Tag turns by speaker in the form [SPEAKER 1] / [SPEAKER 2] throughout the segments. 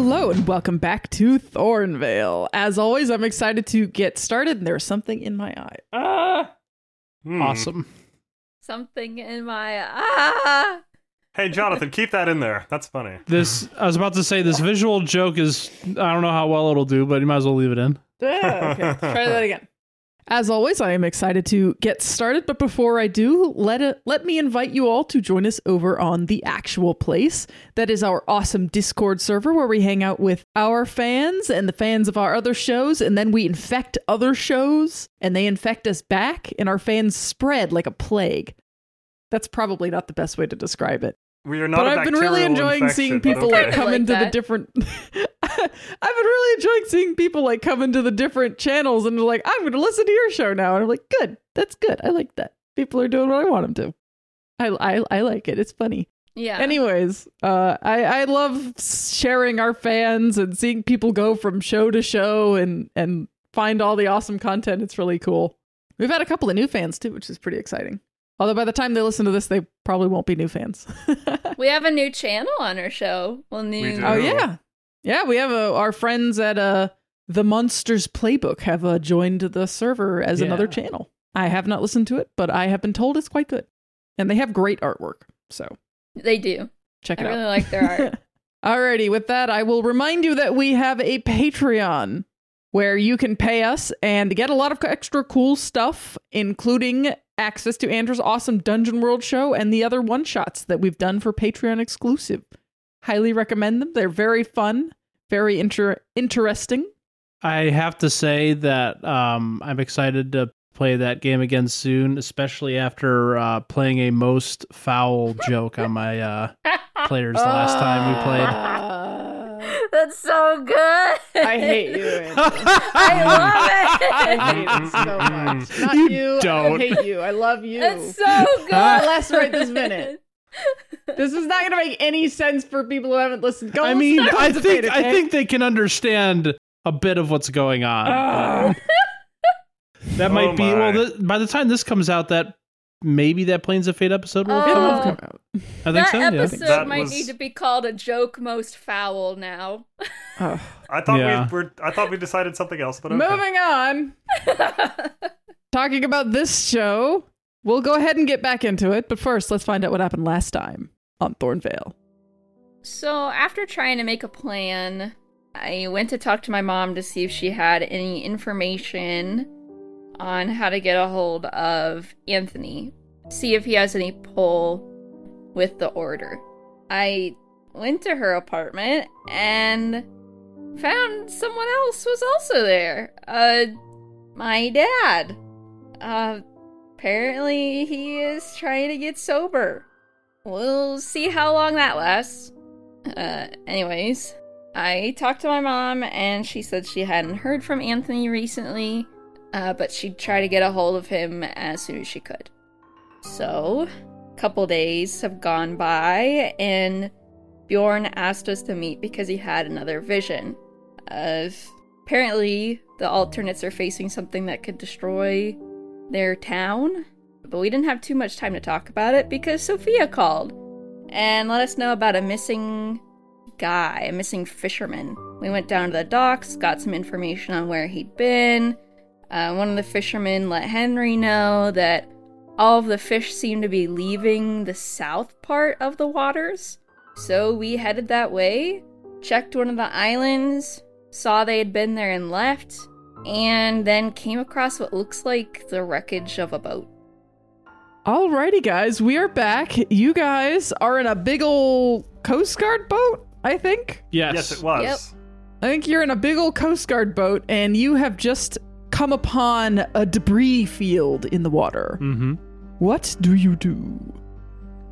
[SPEAKER 1] Welcome back to Thornvale. As always, I'm excited to get started. and There's something in my eye. Ah!
[SPEAKER 2] Hmm.
[SPEAKER 3] Awesome.
[SPEAKER 4] Something in my ah.
[SPEAKER 2] Hey, Jonathan, keep that in there. That's funny.
[SPEAKER 3] This I was about to say this visual joke is I don't know how well it'll do, but you might as well leave it in.
[SPEAKER 1] Ah, okay, let's try that again. As always, I am excited to get started, but before I do, let it, let me invite you all to join us over on the actual place. That is our awesome Discord server where we hang out with our fans and the fans of our other shows, and then we infect other shows, and they infect us back, and our fans spread like a plague. That's probably not the best way to describe it
[SPEAKER 2] We are not.
[SPEAKER 1] but
[SPEAKER 2] i
[SPEAKER 1] I've been really enjoying seeing people like
[SPEAKER 4] Kinda
[SPEAKER 1] come
[SPEAKER 4] like
[SPEAKER 1] into the
[SPEAKER 4] that.
[SPEAKER 1] different. I've been really enjoying seeing people like come into the different channels and they're like, "I'm going to listen to your show now," and I'm like, "Good, that's good. I like that. People are doing what I want them to. I I, I like it. It's funny."
[SPEAKER 4] Yeah.
[SPEAKER 1] Anyways, uh, I I love sharing our fans and seeing people go from show to show and and find all the awesome content. It's really cool. We've had a couple of new fans too, which is pretty exciting. Although by the time they listen to this, they probably won't be new fans.
[SPEAKER 4] we have a new channel on our show. Well, new.
[SPEAKER 2] do.
[SPEAKER 1] Oh
[SPEAKER 2] Yeah.
[SPEAKER 1] yeah, yeah. We have uh our friends at uh, the Monsters Playbook have uh, joined the server as another
[SPEAKER 3] Yeah.
[SPEAKER 1] channel. I have not listened to it, but I have been told it's quite good, and they have great artwork. So
[SPEAKER 4] They do.
[SPEAKER 1] check
[SPEAKER 4] I
[SPEAKER 1] it out.
[SPEAKER 4] really like their art.
[SPEAKER 1] Alrighty, with that, I will remind you that we have a Patreon where you can pay us and get a lot of extra cool stuff, including access to Andrew's awesome Dungeon World show and the other one shots that we've done for Patreon exclusive. Highly recommend them. They're very fun, very inter- interesting.
[SPEAKER 3] I have to say that um, I'm excited to play that game again soon, especially after uh, playing a most foul joke on my uh, players the last time we played.
[SPEAKER 1] played.
[SPEAKER 4] That's so good.
[SPEAKER 1] I hate you. Andrew.
[SPEAKER 4] I Oh. love
[SPEAKER 1] I
[SPEAKER 4] it.
[SPEAKER 1] hate you so much. Not you.
[SPEAKER 3] You
[SPEAKER 1] I
[SPEAKER 3] don't.
[SPEAKER 1] hate you. I love you.
[SPEAKER 4] That's so good.
[SPEAKER 1] Uh, let's right this minute. This is not going to make any sense for people who haven't listened. Go
[SPEAKER 3] I mean,
[SPEAKER 1] listen to
[SPEAKER 3] I
[SPEAKER 1] Constipated,
[SPEAKER 3] think I
[SPEAKER 1] okay?
[SPEAKER 3] think they can understand a bit of what's going on. that might
[SPEAKER 2] Oh
[SPEAKER 3] be well.
[SPEAKER 2] my.
[SPEAKER 3] Th- by the time this comes out, that maybe that Planes of Fate episode will.
[SPEAKER 1] It
[SPEAKER 3] come
[SPEAKER 4] Oh.
[SPEAKER 1] won't
[SPEAKER 3] out.
[SPEAKER 1] come out.
[SPEAKER 3] I think
[SPEAKER 4] that
[SPEAKER 3] so. yeah.
[SPEAKER 4] episode
[SPEAKER 2] That
[SPEAKER 4] might
[SPEAKER 2] was-
[SPEAKER 4] need to be called a joke most foul now.
[SPEAKER 2] I thought
[SPEAKER 3] Yeah.
[SPEAKER 2] we were. I thought we decided something else, but okay.
[SPEAKER 1] Moving on. Talking about this show, we'll go ahead and get back into it. But first, let's find out what happened last time on Thornvale.
[SPEAKER 4] So, after trying to make a plan, I went to talk to my mom to see if she had any information on how to get a hold of Anthony, see if he has any pull with the order. I went to her apartment and found someone else was also there. Uh, my dad. Uh, apparently he is trying to get sober. We'll see how long that lasts. Uh, anyways, I talked to my mom and she said she hadn't heard from Anthony recently, uh, but she'd try to get a hold of him as soon as she could. So, a couple days have gone by and Bjorn asked us to meet because he had another vision. Of apparently, the alternates are facing something that could destroy their town, but we didn't have too much time to talk about it because Sophia called and let us know about a missing guy, a missing fisherman. We went down to the docks, got some information on where he'd been. Uh, one of the fishermen let Henry know that all of the fish seemed to be leaving the south part of the waters. So we headed that way, checked one of the islands, saw they had been there and left, and then came across what looks like the wreckage of a boat.
[SPEAKER 1] Alrighty, guys, we are back. You guys are in a big ol' Coast Guard boat, I think.
[SPEAKER 3] Yes.
[SPEAKER 2] Yes, it was.
[SPEAKER 1] I think you're in a big old Coast Guard boat, and you have just come upon a debris field in the water.
[SPEAKER 3] Mm-hmm.
[SPEAKER 1] What do you do?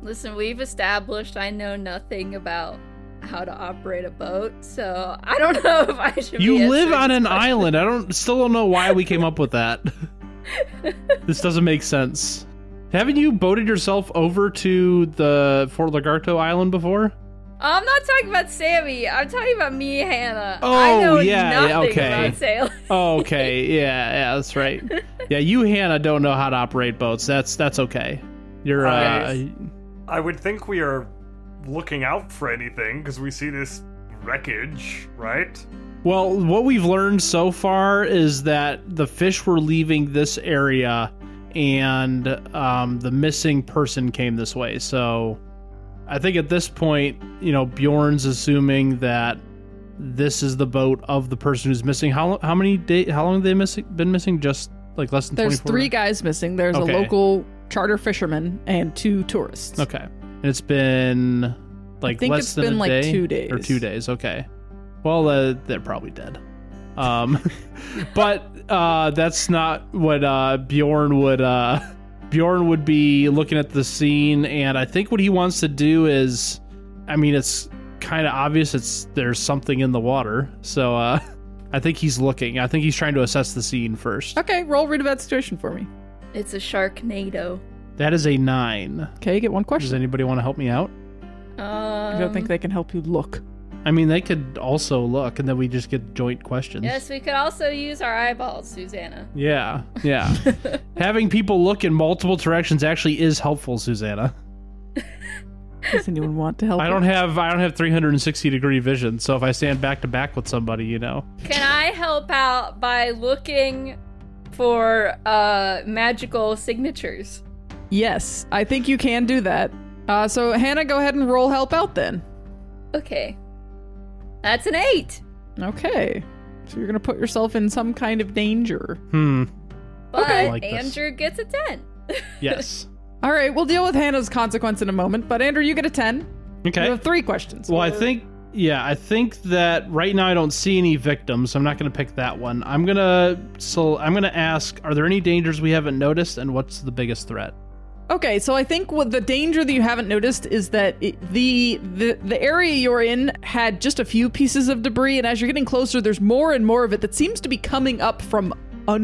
[SPEAKER 4] Listen, we've established I know nothing about how to operate a boat, so I don't know if I should. be
[SPEAKER 3] You live
[SPEAKER 4] answering
[SPEAKER 3] on
[SPEAKER 4] this
[SPEAKER 3] an
[SPEAKER 4] question.
[SPEAKER 3] island. I don't still don't know why we came up with that. this doesn't make sense. Haven't you boated yourself over to the Fort Lagarto Island before?
[SPEAKER 4] I'm not talking about Sammy. I'm talking about me, Hannah. I
[SPEAKER 3] Oh,
[SPEAKER 4] know
[SPEAKER 3] yeah, yeah,
[SPEAKER 4] nothing
[SPEAKER 3] okay.
[SPEAKER 4] about sailing.
[SPEAKER 3] Oh, okay. yeah, yeah, that's right. Yeah, you Hannah don't know how to operate boats. That's that's okay. You're uh
[SPEAKER 2] I would think we are looking out for anything because we see this wreckage, right?
[SPEAKER 3] Well, what we've learned so far is that the fish were leaving this area, and um, the missing person came this way. So, I think at this point, you know, Bjorn's assuming that this is the boat of the person who's missing. How how many day? How long have they missing? Been missing? Just like less than
[SPEAKER 1] There's
[SPEAKER 3] 24
[SPEAKER 1] three guys missing. There's
[SPEAKER 3] Okay.
[SPEAKER 1] a local charter fisherman and two tourists.
[SPEAKER 3] Okay. And it's been like
[SPEAKER 1] I think
[SPEAKER 3] less
[SPEAKER 1] it's
[SPEAKER 3] than
[SPEAKER 1] been,
[SPEAKER 3] a
[SPEAKER 1] like,
[SPEAKER 3] day
[SPEAKER 1] two days.
[SPEAKER 3] or two days. Okay. Well, uh, they're probably dead. Um, but uh, that's not what uh, Bjorn would. Uh, Bjorn would be looking at the scene, and I think what he wants to do is, I mean, it's kind of obvious. It's there's something in the water, so uh, I think he's looking. I think he's trying to assess the scene first.
[SPEAKER 1] Okay, roll read about situation for me.
[SPEAKER 4] It's a sharknado.
[SPEAKER 3] That is a nine.
[SPEAKER 1] Okay, you get one
[SPEAKER 3] Does
[SPEAKER 1] question.
[SPEAKER 3] anybody want to help me out?
[SPEAKER 4] Um,
[SPEAKER 1] I don't think they can help you look.
[SPEAKER 3] I mean, they could also look, and then we just get joint questions.
[SPEAKER 4] Yes, we could also use our eyeballs, Susanna.
[SPEAKER 3] Yeah, yeah. Having people look in multiple directions actually is helpful, Susanna.
[SPEAKER 1] Does anyone want to help?
[SPEAKER 3] I
[SPEAKER 1] you?
[SPEAKER 3] don't have I don't have 360 degree vision, so if I stand back to back with somebody, you know,
[SPEAKER 4] Can I help out by looking for uh magical signatures?
[SPEAKER 1] Yes, I think you can do that. Uh, so Hannah, go ahead and roll help out then.
[SPEAKER 4] Okay. That's an 8.
[SPEAKER 1] Okay. So you're gonna put yourself in some kind of danger.
[SPEAKER 3] hmm.
[SPEAKER 4] But
[SPEAKER 1] Okay. I
[SPEAKER 3] like this.
[SPEAKER 4] Andrew gets a 10.
[SPEAKER 3] Yes.
[SPEAKER 1] All right, we'll deal with Hannah's consequence in a moment. But Andrew, you get a ten.
[SPEAKER 3] Okay.
[SPEAKER 1] You have three questions.
[SPEAKER 3] Well, I think yeah, I think that right now I don't see any victims, so I'm not going to pick that one. I'm going to so I'm going to ask, are there any dangers we haven't noticed and what's the biggest threat?
[SPEAKER 1] Okay, so I think what the danger that you haven't noticed is that it, the, the the area you're in had just a few pieces of debris, and as you're getting closer, there's more and more of it that seems to be coming up from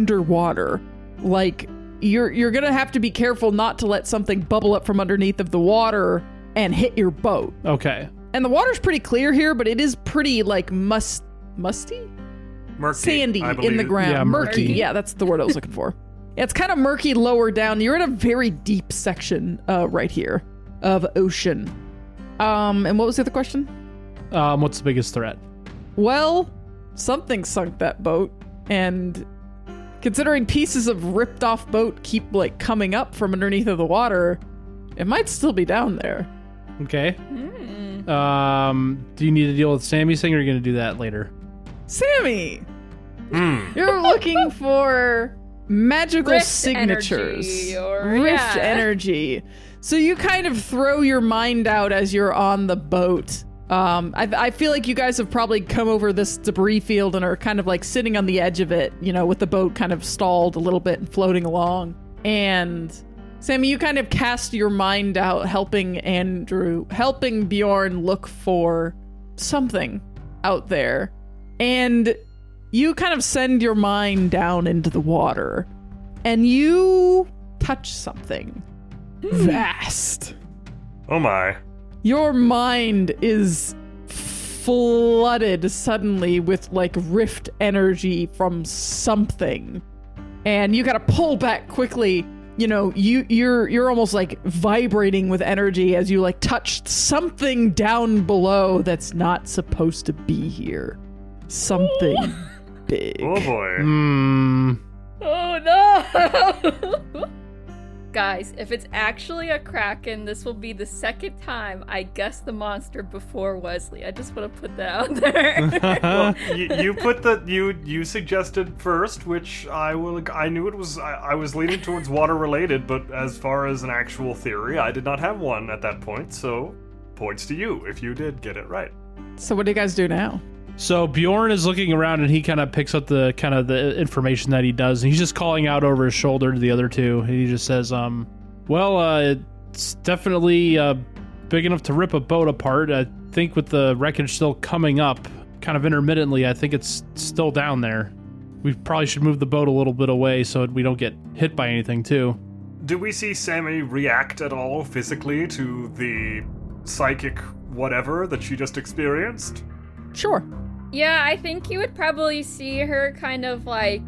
[SPEAKER 1] underwater. Like you're you're gonna have to be careful not to let something bubble up from underneath of the water and hit your boat.
[SPEAKER 3] Okay.
[SPEAKER 1] And the water's pretty clear here, but it is pretty like must musty,
[SPEAKER 2] Murky,
[SPEAKER 1] sandy
[SPEAKER 2] I
[SPEAKER 1] in the
[SPEAKER 2] believe.
[SPEAKER 1] ground.
[SPEAKER 3] Yeah,
[SPEAKER 1] murky.
[SPEAKER 3] murky.
[SPEAKER 1] Yeah, that's the word I was looking for. It's kind of murky lower down. You're in a very deep section uh, right here of ocean. Um, and what was the other question?
[SPEAKER 3] Um what's the biggest threat?
[SPEAKER 1] Well, something sunk that boat, and considering pieces of ripped off boat keep like coming up from underneath of the water, it might still be down there.
[SPEAKER 3] Okay.
[SPEAKER 4] Hmm.
[SPEAKER 3] Um, do you need to deal with Sammy's thing, or are you going to do that later?
[SPEAKER 1] Sammy,
[SPEAKER 2] Hmm.
[SPEAKER 1] You're looking for magical
[SPEAKER 4] Rift
[SPEAKER 1] signatures,
[SPEAKER 4] energy or-
[SPEAKER 1] rift
[SPEAKER 4] yeah.
[SPEAKER 1] energy. So you kind of throw your mind out as you're on the boat. Um, I, I feel like you guys have probably come over this debris field and are kind of like sitting on the edge of it, you know, with the boat kind of stalled a little bit and floating along. And Sammy, you kind of cast your mind out, helping Andrew, helping Bjorn look for something out there. And you kind of send your mind down into the water and you touch something vast.
[SPEAKER 2] Oh my.
[SPEAKER 1] Your mind is flooded suddenly with like rift energy from something. And you got to pull back quickly. You know, you you're you're almost like vibrating with energy as you like touch something down below that's not supposed to be here. Something big.
[SPEAKER 2] Oh boy.
[SPEAKER 3] Hmm.
[SPEAKER 4] Oh no! Guys, if it's actually a kraken, this will be the second time I guessed the monster before Wesley. I just want to put that out there.
[SPEAKER 2] well, you, you put the you you suggested first, which I will. I knew it was. I, I was leaning towards water related, but as far as an actual theory, I did not have one at that point. So, points to you if you did get it right.
[SPEAKER 1] So what do you guys do now?
[SPEAKER 3] So Bjorn is looking around and he kind of picks up the kind of the information that he does, and he's just calling out over his shoulder to the other two. And he just says, "Um, well, uh, it's definitely uh, big enough to rip a boat apart. I think with the wreckage still coming up, kind of intermittently, I think it's still down there. We probably should move the boat a little bit away so we don't get hit by anything too."
[SPEAKER 2] Do we see Sammy react at all physically to the psychic whatever that she just experienced?
[SPEAKER 1] Sure.
[SPEAKER 4] yeah, I think you would probably see her kind of like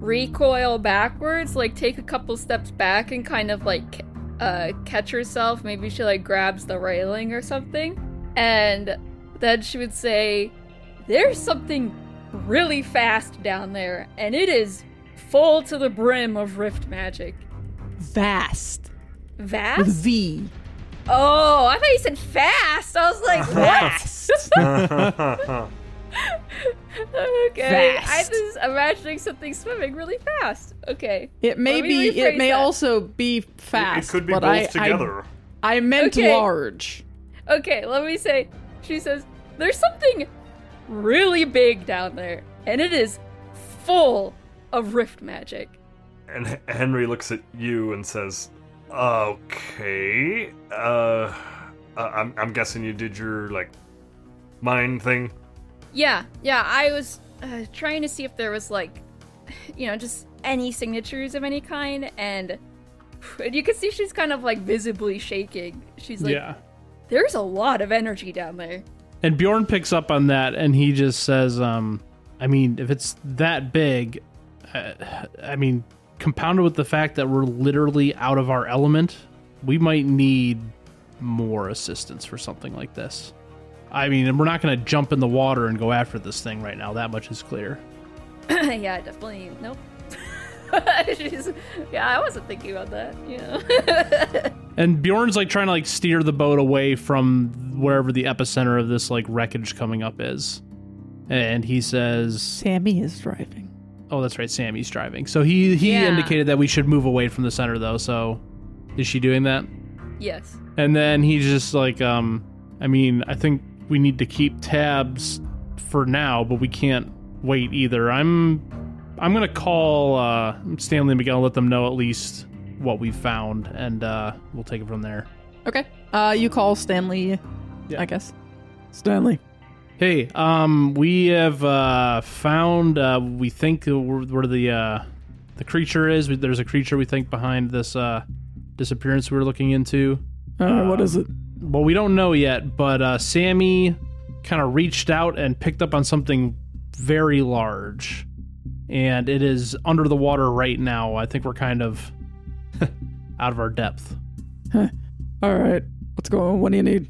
[SPEAKER 4] recoil backwards, like take a couple steps back and kind of like c- uh, catch herself. Maybe she like grabs the railing or something. And then she would say, There's something really fast down there, and it is full to the brim of rift magic.
[SPEAKER 1] Vast. With
[SPEAKER 4] Vast?
[SPEAKER 1] V.
[SPEAKER 4] Oh, I thought you said fast. I was like, what?
[SPEAKER 1] Vast.
[SPEAKER 4] okay. I
[SPEAKER 1] Fast.
[SPEAKER 4] was imagining something swimming really fast. Okay.
[SPEAKER 1] It may
[SPEAKER 4] Let me
[SPEAKER 1] be. It
[SPEAKER 4] rephrase
[SPEAKER 1] may
[SPEAKER 4] that.
[SPEAKER 1] also be
[SPEAKER 2] it
[SPEAKER 1] fast.
[SPEAKER 2] could be
[SPEAKER 1] but
[SPEAKER 2] both
[SPEAKER 1] I,
[SPEAKER 2] together.
[SPEAKER 1] I, I meant
[SPEAKER 4] Okay.
[SPEAKER 1] large.
[SPEAKER 4] Okay, let me say. She says, There's something really big down there, and it is full of rift magic.
[SPEAKER 2] And H- Henry looks at you and says, "Okay, uh, uh I'm, I'm guessing you did your like mind thing."
[SPEAKER 4] Yeah, yeah, I was uh, trying to see if there was like, you know, just any signatures of any kind, and and you can see she's kind of like visibly shaking. She's like,
[SPEAKER 3] yeah.
[SPEAKER 4] there's a lot of energy down there.
[SPEAKER 3] And Bjorn picks up on that and he just says, um, I mean, if it's that big, uh, I mean, compounded with the fact that we're literally out of our element, we might need more assistance for something like this. I mean, and we're not going to jump in the water and go after this thing right now. That much is clear.
[SPEAKER 4] yeah, definitely. Nope. she's, yeah, I wasn't thinking about that, you know.
[SPEAKER 3] And Bjorn's like trying to like steer the boat away from wherever the epicenter of this like wreckage coming up is. And he says,
[SPEAKER 1] Sammy is driving.
[SPEAKER 3] Oh, that's right. Sammy's driving. So he he
[SPEAKER 4] Yeah.
[SPEAKER 3] indicated that we should move away from the center, though. So is she doing that?
[SPEAKER 4] yes.
[SPEAKER 3] And then he's just like, um, I mean, I think we need to keep tabs for now, but we can't wait either. I'm I'm gonna call uh, Stanley and Miguel, let them know at least what we found, and uh, we'll take it from there.
[SPEAKER 1] Okay. Uh, you call Stanley.
[SPEAKER 3] Yeah.
[SPEAKER 1] I guess. Stanley.
[SPEAKER 3] Hey, um, we have uh, found. Uh, we think where, where the uh, the creature is. We- There's a creature we think behind this uh, disappearance we were looking into.
[SPEAKER 1] Uh, what is it?
[SPEAKER 3] Well, we don't know yet, but uh, Sammy kind of reached out and picked up on something very large, and it is under the water right now. I think we're kind of out of our depth.
[SPEAKER 1] All right. What's going on? What do you need?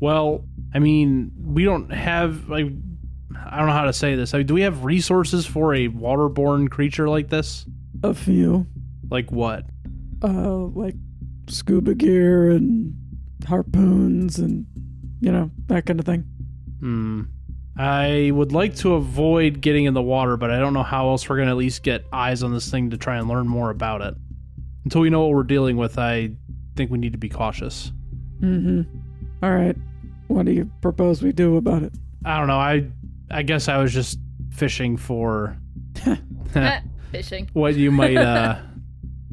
[SPEAKER 3] Well, I mean, we don't have like I don't know how to say this. I mean, do we have resources for a waterborne creature like this?
[SPEAKER 1] A few.
[SPEAKER 3] Like what?
[SPEAKER 1] Uh, like scuba gear and harpoons and you know that kind of thing.
[SPEAKER 3] Hmm. I would like to avoid getting in the water, but I don't know how else we're going to at least get eyes on this thing to try and learn more about it. Until we know what we're dealing with, I think we need to be cautious.
[SPEAKER 1] Mm-hmm. All right. What do you propose we do about it?
[SPEAKER 3] I don't know. I I guess I was just fishing for
[SPEAKER 4] Uh,
[SPEAKER 3] Uh,
[SPEAKER 4] Fishing.
[SPEAKER 3] what you might uh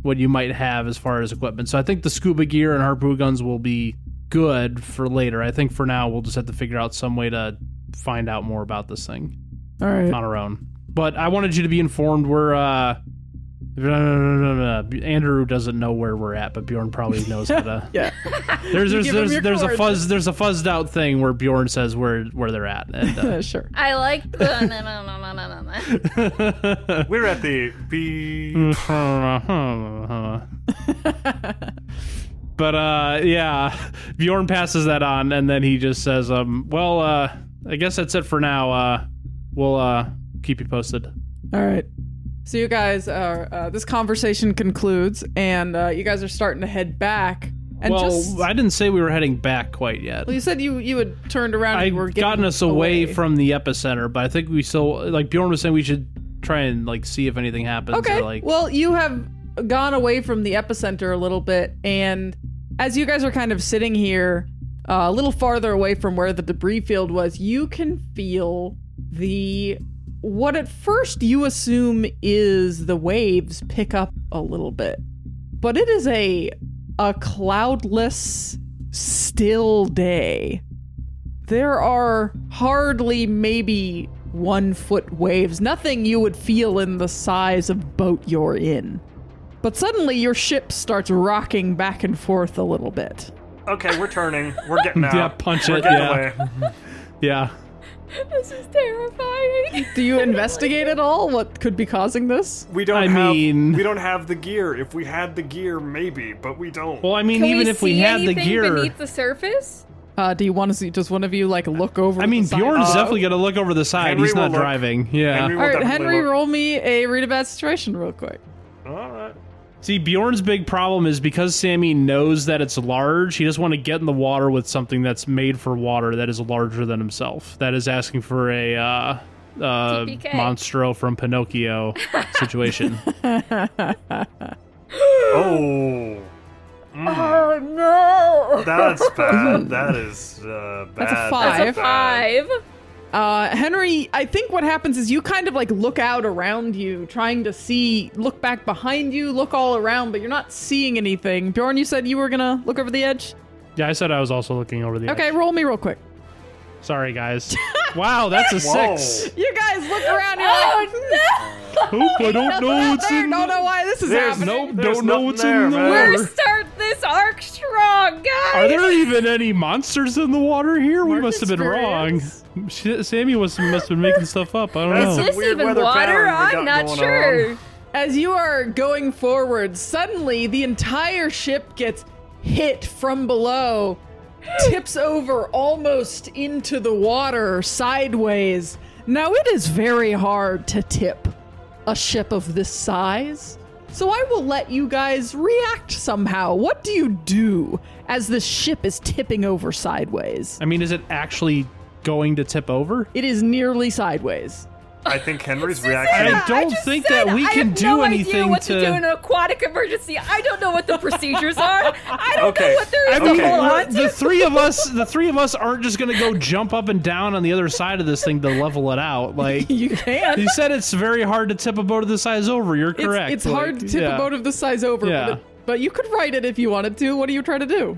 [SPEAKER 3] what you might have as far as equipment. So I think the scuba gear and harpoon guns will be good for later. I think for now we'll just have to figure out some way to find out more about this thing
[SPEAKER 1] All right.
[SPEAKER 3] on our own. But I wanted you to be informed we're uh Andrew doesn't know where we're at, but Bjorn probably knows how to.
[SPEAKER 1] Yeah.
[SPEAKER 3] There's there's
[SPEAKER 1] give him
[SPEAKER 3] there's,
[SPEAKER 1] your
[SPEAKER 3] there's a
[SPEAKER 1] cards.
[SPEAKER 3] fuzz there's a fuzzed out thing where Bjorn says where where they're at. And,
[SPEAKER 1] Uh, sure.
[SPEAKER 4] I like the. no, no, no, no, no, no, no.
[SPEAKER 3] uh,
[SPEAKER 2] We're at the B.
[SPEAKER 3] Mm. but uh yeah bjorn passes that on and then he just says um well uh i guess that's it for now uh we'll uh keep you posted
[SPEAKER 1] All right. So you guys are. Uh, this conversation concludes, and uh, you guys are starting to head back. And
[SPEAKER 3] well
[SPEAKER 1] just
[SPEAKER 3] i didn't say we were heading back quite yet
[SPEAKER 1] well, you said you you had turned around.
[SPEAKER 3] i
[SPEAKER 1] and you were
[SPEAKER 3] would
[SPEAKER 1] getting
[SPEAKER 3] gotten us away, from the epicenter but i think we still like bjorn was saying we should try and like see if anything happens
[SPEAKER 1] Okay.
[SPEAKER 3] or, like
[SPEAKER 1] well, you have gone away from the epicenter a little bit, and as you guys are kind of sitting here, uh, a little farther away from where the debris field was, you can feel the what at first you assume is the waves pick up a little bit, but it is a a cloudless, still day. There are hardly maybe one foot waves, nothing you would feel in the size of boat you're in. But suddenly your ship starts rocking back and forth a little bit.
[SPEAKER 2] Okay, we're turning. We're getting out.
[SPEAKER 3] Yeah, punch
[SPEAKER 2] we're
[SPEAKER 3] it,
[SPEAKER 2] Getting
[SPEAKER 3] yeah.
[SPEAKER 2] away.
[SPEAKER 3] yeah
[SPEAKER 4] This is terrifying.
[SPEAKER 1] Do you investigate at all what could be causing this?
[SPEAKER 2] We don't.
[SPEAKER 3] I
[SPEAKER 2] have,
[SPEAKER 3] mean-
[SPEAKER 2] we don't have the gear. If we had the gear, maybe, but we don't.
[SPEAKER 3] well i mean
[SPEAKER 4] Can
[SPEAKER 3] even if we
[SPEAKER 4] see
[SPEAKER 3] had the
[SPEAKER 4] anything
[SPEAKER 3] gear
[SPEAKER 4] beneath the surface?
[SPEAKER 1] Uh, do you want to see? Does one of you like look over?
[SPEAKER 3] I mean,
[SPEAKER 1] the side?
[SPEAKER 3] Bjorn's
[SPEAKER 2] Uh,
[SPEAKER 3] definitely gonna look over the side.
[SPEAKER 2] Henry
[SPEAKER 3] He's not
[SPEAKER 2] will look.
[SPEAKER 3] driving. Yeah.
[SPEAKER 2] Henry will
[SPEAKER 1] All right,
[SPEAKER 2] definitely
[SPEAKER 1] Henry,
[SPEAKER 2] look-
[SPEAKER 1] roll me a read a bad situation real quick.
[SPEAKER 2] All right.
[SPEAKER 3] See, Bjorn's big problem is because Sammy knows that it's large, he doesn't want to get in the water with something that's made for water that is larger than himself. That is asking for a uh, uh,
[SPEAKER 4] TPK.
[SPEAKER 3] monstro from Pinocchio situation.
[SPEAKER 2] Oh,
[SPEAKER 4] Oh no!
[SPEAKER 2] that's bad. That is uh, bad.
[SPEAKER 1] That's a
[SPEAKER 4] That's a
[SPEAKER 1] Five.
[SPEAKER 2] bad.
[SPEAKER 4] five.
[SPEAKER 1] Uh, Henry, I think what happens is you kind of like look out around you, trying to see, look back behind you, look all around, but you're not seeing anything. Bjorn, you said you were gonna look over the edge.
[SPEAKER 3] yeah, I said I was also looking over the.
[SPEAKER 1] Okay,
[SPEAKER 3] edge.
[SPEAKER 1] roll me real quick.
[SPEAKER 3] Sorry, guys. wow, that's a
[SPEAKER 2] Whoa.
[SPEAKER 3] six.
[SPEAKER 1] You guys look around. You're like,
[SPEAKER 4] Oh
[SPEAKER 3] Oop, I don't know what's
[SPEAKER 1] I
[SPEAKER 3] in.
[SPEAKER 1] don't know why this is
[SPEAKER 2] There's
[SPEAKER 1] happening.
[SPEAKER 3] Nope,
[SPEAKER 2] There's
[SPEAKER 3] don't know
[SPEAKER 2] nothing
[SPEAKER 3] what's
[SPEAKER 2] there,
[SPEAKER 3] in the
[SPEAKER 4] no!
[SPEAKER 2] man.
[SPEAKER 3] water.
[SPEAKER 4] We're start this arc strong, guys.
[SPEAKER 3] Are there even any monsters in the water here? We
[SPEAKER 1] Mark
[SPEAKER 3] must have been
[SPEAKER 1] experience.
[SPEAKER 3] wrong. Sh- Sammy was must have been making stuff up. I don't
[SPEAKER 2] That's
[SPEAKER 3] know.
[SPEAKER 2] a
[SPEAKER 4] Is this
[SPEAKER 2] weird
[SPEAKER 4] even
[SPEAKER 2] weather
[SPEAKER 4] water?
[SPEAKER 2] pattern we
[SPEAKER 4] I'm
[SPEAKER 2] got
[SPEAKER 4] not
[SPEAKER 2] going
[SPEAKER 4] sure.
[SPEAKER 1] As you are going forward, suddenly the entire ship gets hit from below, tips over almost into the water sideways. Now, it is very hard to tip a ship of this size. So, I will let you guys react somehow. What do you do as the ship is tipping over sideways?
[SPEAKER 3] I mean, is it actually going to tip over?
[SPEAKER 1] It is nearly sideways.
[SPEAKER 2] I think Henry's
[SPEAKER 3] I
[SPEAKER 2] reaction.
[SPEAKER 3] don't
[SPEAKER 4] just
[SPEAKER 3] think
[SPEAKER 4] said
[SPEAKER 3] that we
[SPEAKER 4] I
[SPEAKER 3] can
[SPEAKER 4] have
[SPEAKER 3] do
[SPEAKER 4] no idea
[SPEAKER 3] anything
[SPEAKER 4] what
[SPEAKER 3] to-
[SPEAKER 4] do in an aquatic emergency. I don't know what the procedures are. I don't
[SPEAKER 2] Okay.
[SPEAKER 4] know what there is
[SPEAKER 3] I mean,
[SPEAKER 4] to hold
[SPEAKER 3] we're-
[SPEAKER 4] on to.
[SPEAKER 3] the three of us, the three of us aren't just going to go jump up and down on the other side of this thing to level it out. Like
[SPEAKER 1] You can.
[SPEAKER 3] you said, it's very hard to tip a boat of the size over. You're
[SPEAKER 1] It's,
[SPEAKER 3] correct.
[SPEAKER 1] it's
[SPEAKER 3] Like,
[SPEAKER 1] hard to tip
[SPEAKER 3] yeah.
[SPEAKER 1] a boat of this size over,
[SPEAKER 3] Yeah.
[SPEAKER 1] but, it- but you could write it if you wanted to. What are you trying to do?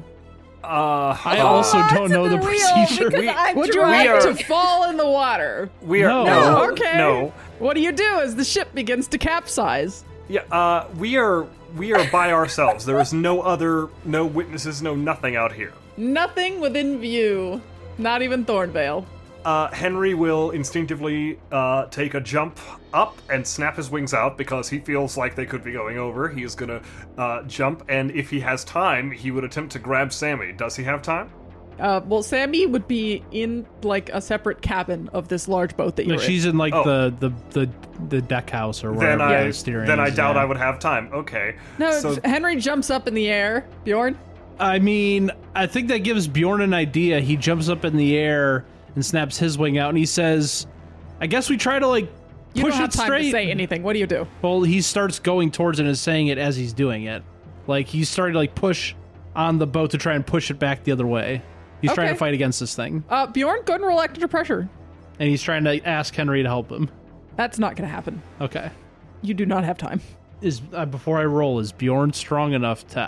[SPEAKER 2] Uh,
[SPEAKER 3] I
[SPEAKER 2] uh,
[SPEAKER 3] also
[SPEAKER 4] Hold on
[SPEAKER 3] don't
[SPEAKER 4] to
[SPEAKER 3] know the,
[SPEAKER 4] wheel
[SPEAKER 3] procedure.
[SPEAKER 4] because
[SPEAKER 2] We-
[SPEAKER 4] I'm
[SPEAKER 1] Would you
[SPEAKER 4] driving.
[SPEAKER 1] like
[SPEAKER 2] are-
[SPEAKER 1] to fall in the water? Oh,
[SPEAKER 2] we are
[SPEAKER 3] No.
[SPEAKER 2] no,
[SPEAKER 1] okay.
[SPEAKER 2] no.
[SPEAKER 1] What do you do as the ship begins to capsize?
[SPEAKER 2] Yeah, uh, we are we are by ourselves. There is no other, no witnesses, no nothing out here.
[SPEAKER 1] Nothing within view, not even Thornvale.
[SPEAKER 2] Uh, Henry will instinctively uh, take a jump up and snap his wings out because he feels like they could be going over. He is gonna uh, jump, and if he has time, he would attempt to grab Sammy. Does he have time?
[SPEAKER 1] Uh, well, Sammy would be in like a separate cabin of this large boat that you're
[SPEAKER 3] Like, she's in like
[SPEAKER 2] Oh.
[SPEAKER 3] the, the the the deck house or wherever
[SPEAKER 2] then I
[SPEAKER 3] the steering.
[SPEAKER 2] then I
[SPEAKER 3] is,
[SPEAKER 2] doubt
[SPEAKER 3] yeah.
[SPEAKER 2] I would have time.
[SPEAKER 1] in.
[SPEAKER 2] Okay.
[SPEAKER 1] No,
[SPEAKER 2] so
[SPEAKER 1] Uh, Henry jumps up in the air. Bjorn,
[SPEAKER 3] I mean, I think that gives Bjorn an idea. He jumps up in the air and snaps his wing out, and he says, "I guess we try to like
[SPEAKER 1] you
[SPEAKER 3] push
[SPEAKER 1] don't have
[SPEAKER 3] it
[SPEAKER 1] time
[SPEAKER 3] straight."
[SPEAKER 1] to say anything. What do you do?
[SPEAKER 3] Well, he starts going towards it and is saying it as he's doing it. Like he's starting to like push on the boat to try and push it back the other way. He's trying
[SPEAKER 1] Okay.
[SPEAKER 3] to fight against this thing,
[SPEAKER 1] Uh, Bjorn, go ahead and roll act under pressure.
[SPEAKER 3] and he's trying to ask Henry to help him.
[SPEAKER 1] That's not going to happen.
[SPEAKER 3] Okay,
[SPEAKER 1] You do not have time.
[SPEAKER 3] is uh, before I roll, is Bjorn strong enough to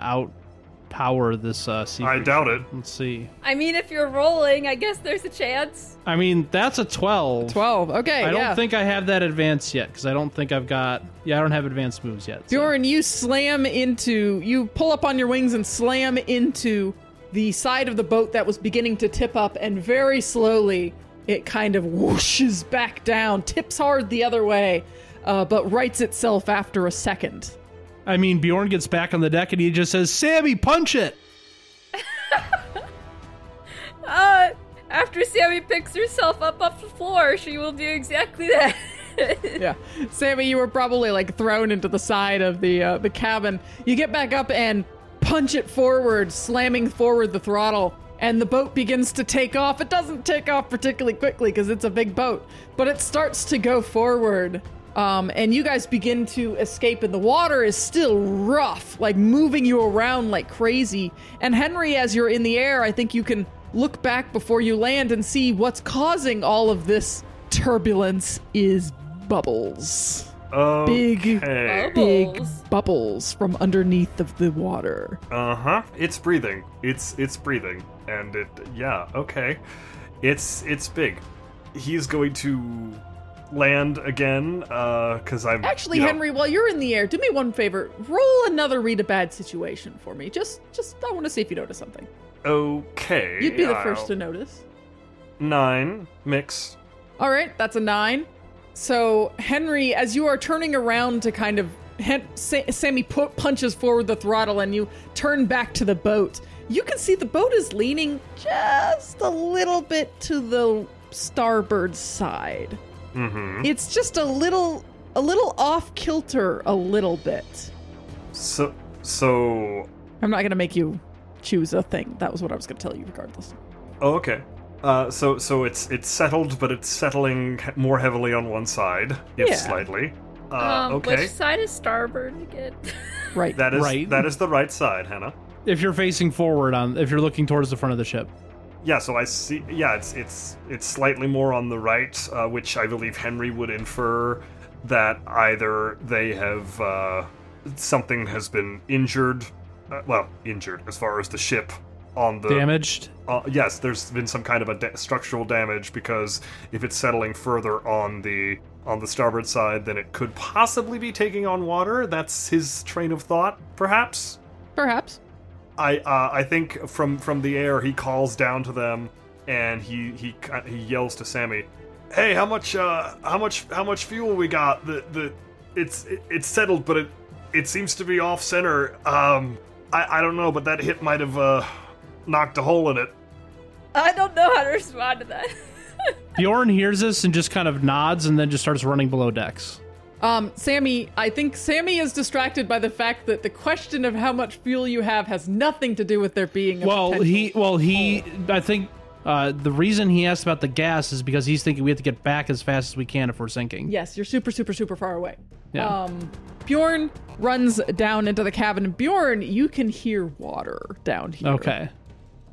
[SPEAKER 3] outpower this? Uh, sea
[SPEAKER 2] I
[SPEAKER 3] creature?
[SPEAKER 2] doubt it.
[SPEAKER 3] Let's see.
[SPEAKER 4] I mean, if you're rolling, I guess there's a chance.
[SPEAKER 3] I mean, that's a twelve.
[SPEAKER 1] Twelve. Okay.
[SPEAKER 3] I don't
[SPEAKER 1] yeah.
[SPEAKER 3] think I have that advance yet because I don't think I've got. Yeah, I don't have advanced moves yet. so-
[SPEAKER 1] Bjorn, you slam into, you pull up on your wings and slam into the side of the boat that was beginning to tip up, and very slowly it kind of whooshes back down, tips hard the other way, uh, but rights itself after a second.
[SPEAKER 3] I mean, Bjorn gets back on the deck and he just says, "Sammy, punch it."
[SPEAKER 4] Uh, after Sammy picks herself up off the floor, she will do exactly that.
[SPEAKER 1] Yeah, Sammy, you were probably like thrown into the side of the uh, the cabin. You get back up and punch it forward, slamming forward the throttle, and the boat begins to take off. It doesn't take off particularly quickly because it's a big boat, but it starts to go forward. Um, and you guys begin to escape, and the water is still rough, like moving you around like crazy. And Henry, as you're in the air, I think you can look back before you land and see what's causing all of this turbulence is bubbles.
[SPEAKER 2] Okay.
[SPEAKER 1] Big, big
[SPEAKER 4] Bubbles.
[SPEAKER 1] bubbles from underneath of the water.
[SPEAKER 2] Uh huh. It's breathing. It's it's breathing, and it yeah okay. It's it's big. He's going to land again. Uh, because I'm
[SPEAKER 1] Actually,
[SPEAKER 2] you know-
[SPEAKER 1] Henry, while you're in the air, do me one favor. Roll another read a bad situation for me. Just, just I want to see if you notice something.
[SPEAKER 2] Okay.
[SPEAKER 1] You'd be the
[SPEAKER 2] I'll-
[SPEAKER 1] first to notice.
[SPEAKER 2] Nine mix.
[SPEAKER 1] All right, that's a nine. So, Henry, as you are turning around to kind of Hen- Sa- Sammy pu- punches forward the throttle and you turn back to the boat. You can see the boat is leaning just a little bit to the starboard side.
[SPEAKER 2] Mm-hmm.
[SPEAKER 1] It's just a little a little off kilter a little bit.
[SPEAKER 2] So, so
[SPEAKER 1] I'm not going to make you choose a thing. That was what I was going to tell you regardless.
[SPEAKER 2] oh, okay. Uh, so, so it's it's settled, but it's settling he- more heavily on one side, if
[SPEAKER 1] Yeah.
[SPEAKER 2] slightly. Uh,
[SPEAKER 4] um,
[SPEAKER 2] okay,
[SPEAKER 4] Which side is starboard again?
[SPEAKER 1] Right.
[SPEAKER 2] that is
[SPEAKER 3] Right.
[SPEAKER 2] that is the right side, Hannah.
[SPEAKER 3] If you're facing forward on, if you're looking towards the front of the ship,
[SPEAKER 2] Yeah, so I see. Yeah, it's it's it's slightly more on the right, uh, which I believe Henry would infer that either they have uh, something has been injured, uh, well, injured as far as the ship on the
[SPEAKER 3] damaged.
[SPEAKER 2] Uh, yes, there's been some kind of a da- structural damage because if it's settling further on the on the starboard side, then it could possibly be taking on water. That's his train of thought, perhaps.
[SPEAKER 1] Perhaps.
[SPEAKER 2] I uh, I think from from the air he calls down to them and he he ki- he yells to Sammy, "Hey, how much uh how much how much fuel we got? The the it's it, it's settled, but it it seems to be off center. Um, I I don't know, but that hit might have uh knocked a hole in it.
[SPEAKER 4] I don't know how to respond to that.
[SPEAKER 3] Bjorn hears this and just kind of nods and then just starts running below decks.
[SPEAKER 1] Um, Sammy, I think Sammy is distracted by the fact that the question of how much fuel you have has nothing to do with there being a
[SPEAKER 3] Well,
[SPEAKER 1] potential-
[SPEAKER 3] he, well, he, I think uh, the reason he asked about the gas is because he's thinking we have to get back as fast as we can if we're sinking.
[SPEAKER 1] Yes, you're super, super, super far away.
[SPEAKER 3] Yeah.
[SPEAKER 1] Um, Bjorn runs down into the cabin. Bjorn, you can hear water down here.
[SPEAKER 3] Okay.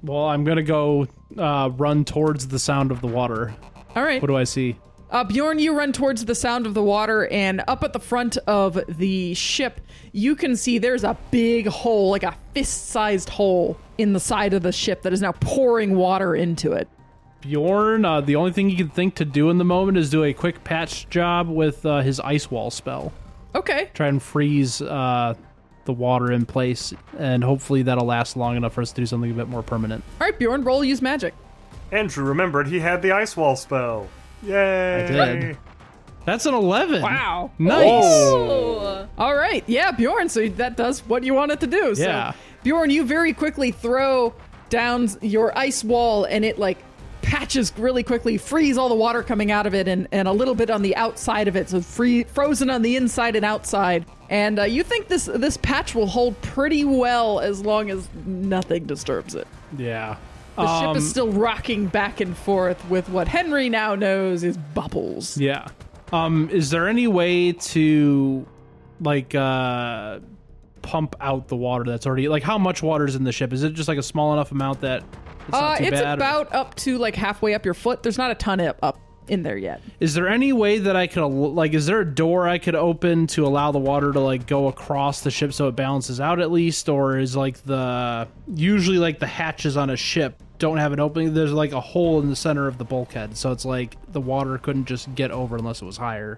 [SPEAKER 3] Well, I'm gonna go uh, run towards the sound of the water.
[SPEAKER 1] All right.
[SPEAKER 3] What do I see?
[SPEAKER 1] Uh, Bjorn, you run towards the sound of the water, and up at the front of the ship, you can see there's a big hole, like a fist sized hole in the side of the ship that is now pouring water into it.
[SPEAKER 3] Bjorn, uh, the only thing he can think to do in the moment is do a quick patch job with uh, his ice wall spell.
[SPEAKER 1] Okay.
[SPEAKER 3] Try and freeze uh, the water in place, and hopefully that'll last long enough for us to do something a bit more permanent.
[SPEAKER 1] All right, Bjorn, roll use magic.
[SPEAKER 2] Andrew remembered he had the ice wall spell. Yay!
[SPEAKER 3] did. That's an 11.
[SPEAKER 1] Wow.
[SPEAKER 3] Nice.
[SPEAKER 4] Oh,
[SPEAKER 1] All right. Yeah, Bjorn. So that does what you wanted to do. So,
[SPEAKER 3] Yeah.
[SPEAKER 1] Bjorn, you very quickly throw down your ice wall and it like patches really quickly, frees all the water coming out of it and, and a little bit on the outside of it. So free, frozen on the inside and outside. And uh, you think this this patch will hold pretty well as long as nothing disturbs it.
[SPEAKER 3] Yeah.
[SPEAKER 1] The ship is still rocking back and forth with what Henry now knows is bubbles.
[SPEAKER 3] Yeah. Um, is there any way to like uh pump out the water that's already like how much water is in the ship? Is it just like a small enough amount that it's
[SPEAKER 1] Uh,
[SPEAKER 3] not too
[SPEAKER 1] it's
[SPEAKER 3] bad? or-
[SPEAKER 1] about up to like halfway up your foot. There's not a ton up, up in there yet.
[SPEAKER 3] Is there any way that I could al- like is there a door I could open to allow the water to like go across the ship so it balances out at least or is like the usually like the hatches on a ship don't have an opening there's like a hole in the center of the bulkhead so it's like the water couldn't just get over unless it was higher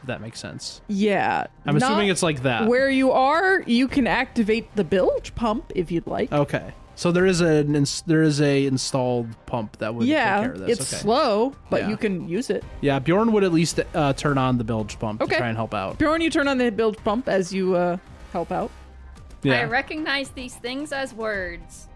[SPEAKER 3] if that makes sense
[SPEAKER 1] Yeah.
[SPEAKER 3] I'm
[SPEAKER 1] Not
[SPEAKER 3] assuming it's like that
[SPEAKER 1] Where you are, you can activate the bilge pump if you'd like.
[SPEAKER 3] Okay. So there is an ins- there is a installed pump that would take
[SPEAKER 1] yeah,
[SPEAKER 3] care of this.
[SPEAKER 1] it's
[SPEAKER 3] okay.
[SPEAKER 1] slow, but
[SPEAKER 3] Yeah.
[SPEAKER 1] you can use it.
[SPEAKER 3] yeah, Bjorn would at least uh, turn on the bilge pump
[SPEAKER 1] Okay.
[SPEAKER 3] to try and help out.
[SPEAKER 1] Bjorn, you turn on the bilge pump as you uh, help out.
[SPEAKER 4] I
[SPEAKER 3] Yeah.
[SPEAKER 4] recognize these things as words.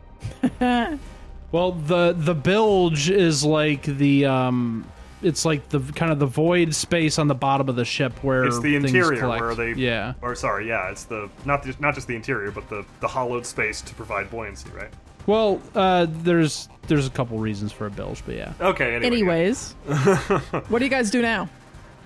[SPEAKER 3] well, the the bilge is like the um it's like the kind of the void space on the bottom of the ship where
[SPEAKER 2] It's the
[SPEAKER 3] things
[SPEAKER 2] interior
[SPEAKER 3] collect.
[SPEAKER 2] where they,
[SPEAKER 3] Yeah.
[SPEAKER 2] or sorry, yeah, it's the not just not just the interior, but the the hollowed space to provide buoyancy, right?
[SPEAKER 3] Well, uh there's there's a couple reasons for a bilge, but yeah.
[SPEAKER 2] Okay. Anyway,
[SPEAKER 1] Anyways, what do you guys do now?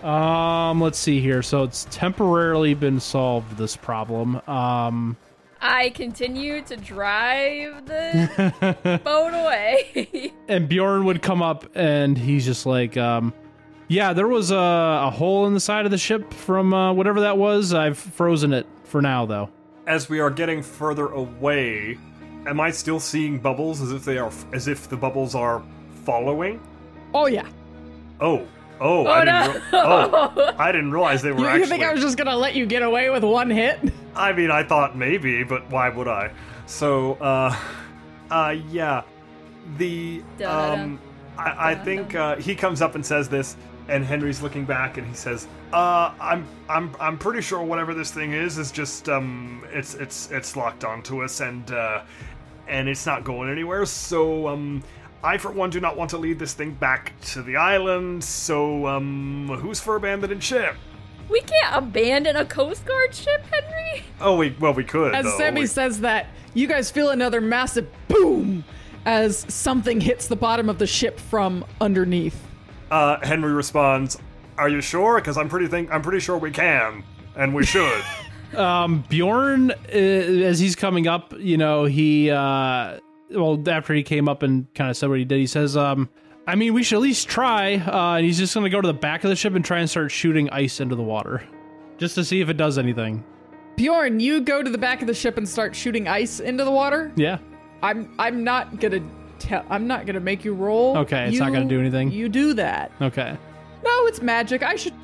[SPEAKER 3] Um let's see here. So it's temporarily been solved this problem. Um
[SPEAKER 4] I continue to drive the boat away.
[SPEAKER 3] and Bjorn would come up and he's just like, um, yeah, there was a, a hole in the side of the ship from uh, whatever that was. I've frozen it for now, though.
[SPEAKER 2] as we are getting further away, am I still seeing bubbles as if they are as if the bubbles are following?
[SPEAKER 1] Oh, yeah.
[SPEAKER 2] Oh, oh, I
[SPEAKER 4] Oh,
[SPEAKER 2] didn't.
[SPEAKER 4] no.
[SPEAKER 2] oh, I didn't realize they were
[SPEAKER 1] You, you
[SPEAKER 2] actually.
[SPEAKER 1] think I was just going to let you get away with one hit?
[SPEAKER 2] I mean, I thought maybe, but why would I? So, uh, uh, yeah, the
[SPEAKER 4] Dun-dun-dun.
[SPEAKER 2] um, I, I think uh, he comes up and says this. and Henry's looking back and he says, "Uh, I'm I'm I'm pretty sure whatever this thing is is just um it's it's it's locked onto us and uh and it's not going anywhere. So um I for one do not want to lead this thing back to the island. So um who's for abandoning ship?
[SPEAKER 4] We can't abandon a Coast Guard ship, Henry.
[SPEAKER 2] Oh, we well we could.
[SPEAKER 1] As
[SPEAKER 2] though.
[SPEAKER 1] Sammy
[SPEAKER 2] We-
[SPEAKER 1] says that, you guys feel another massive boom as something hits the bottom of the ship from underneath.
[SPEAKER 2] uh, Henry responds, "Are you sure? Because I'm pretty think I'm pretty sure we can and we should."
[SPEAKER 3] Um, Bjorn, uh, as he's coming up, you know, he, uh, well, after he came up and kind of said what he did, he says, um, I mean, we should at least try. Uh, and he's just going to go to the back of the ship and try and start shooting ice into the water just to see if it does anything.
[SPEAKER 1] Bjorn, you go to the back of the ship and start shooting ice into the water.
[SPEAKER 3] Yeah.
[SPEAKER 1] I'm I'm not gonna tell. I'm not gonna make you roll.
[SPEAKER 3] Okay, it's
[SPEAKER 1] You-
[SPEAKER 3] not gonna do anything.
[SPEAKER 1] You do that.
[SPEAKER 3] Okay.
[SPEAKER 1] No, it's magic. I should.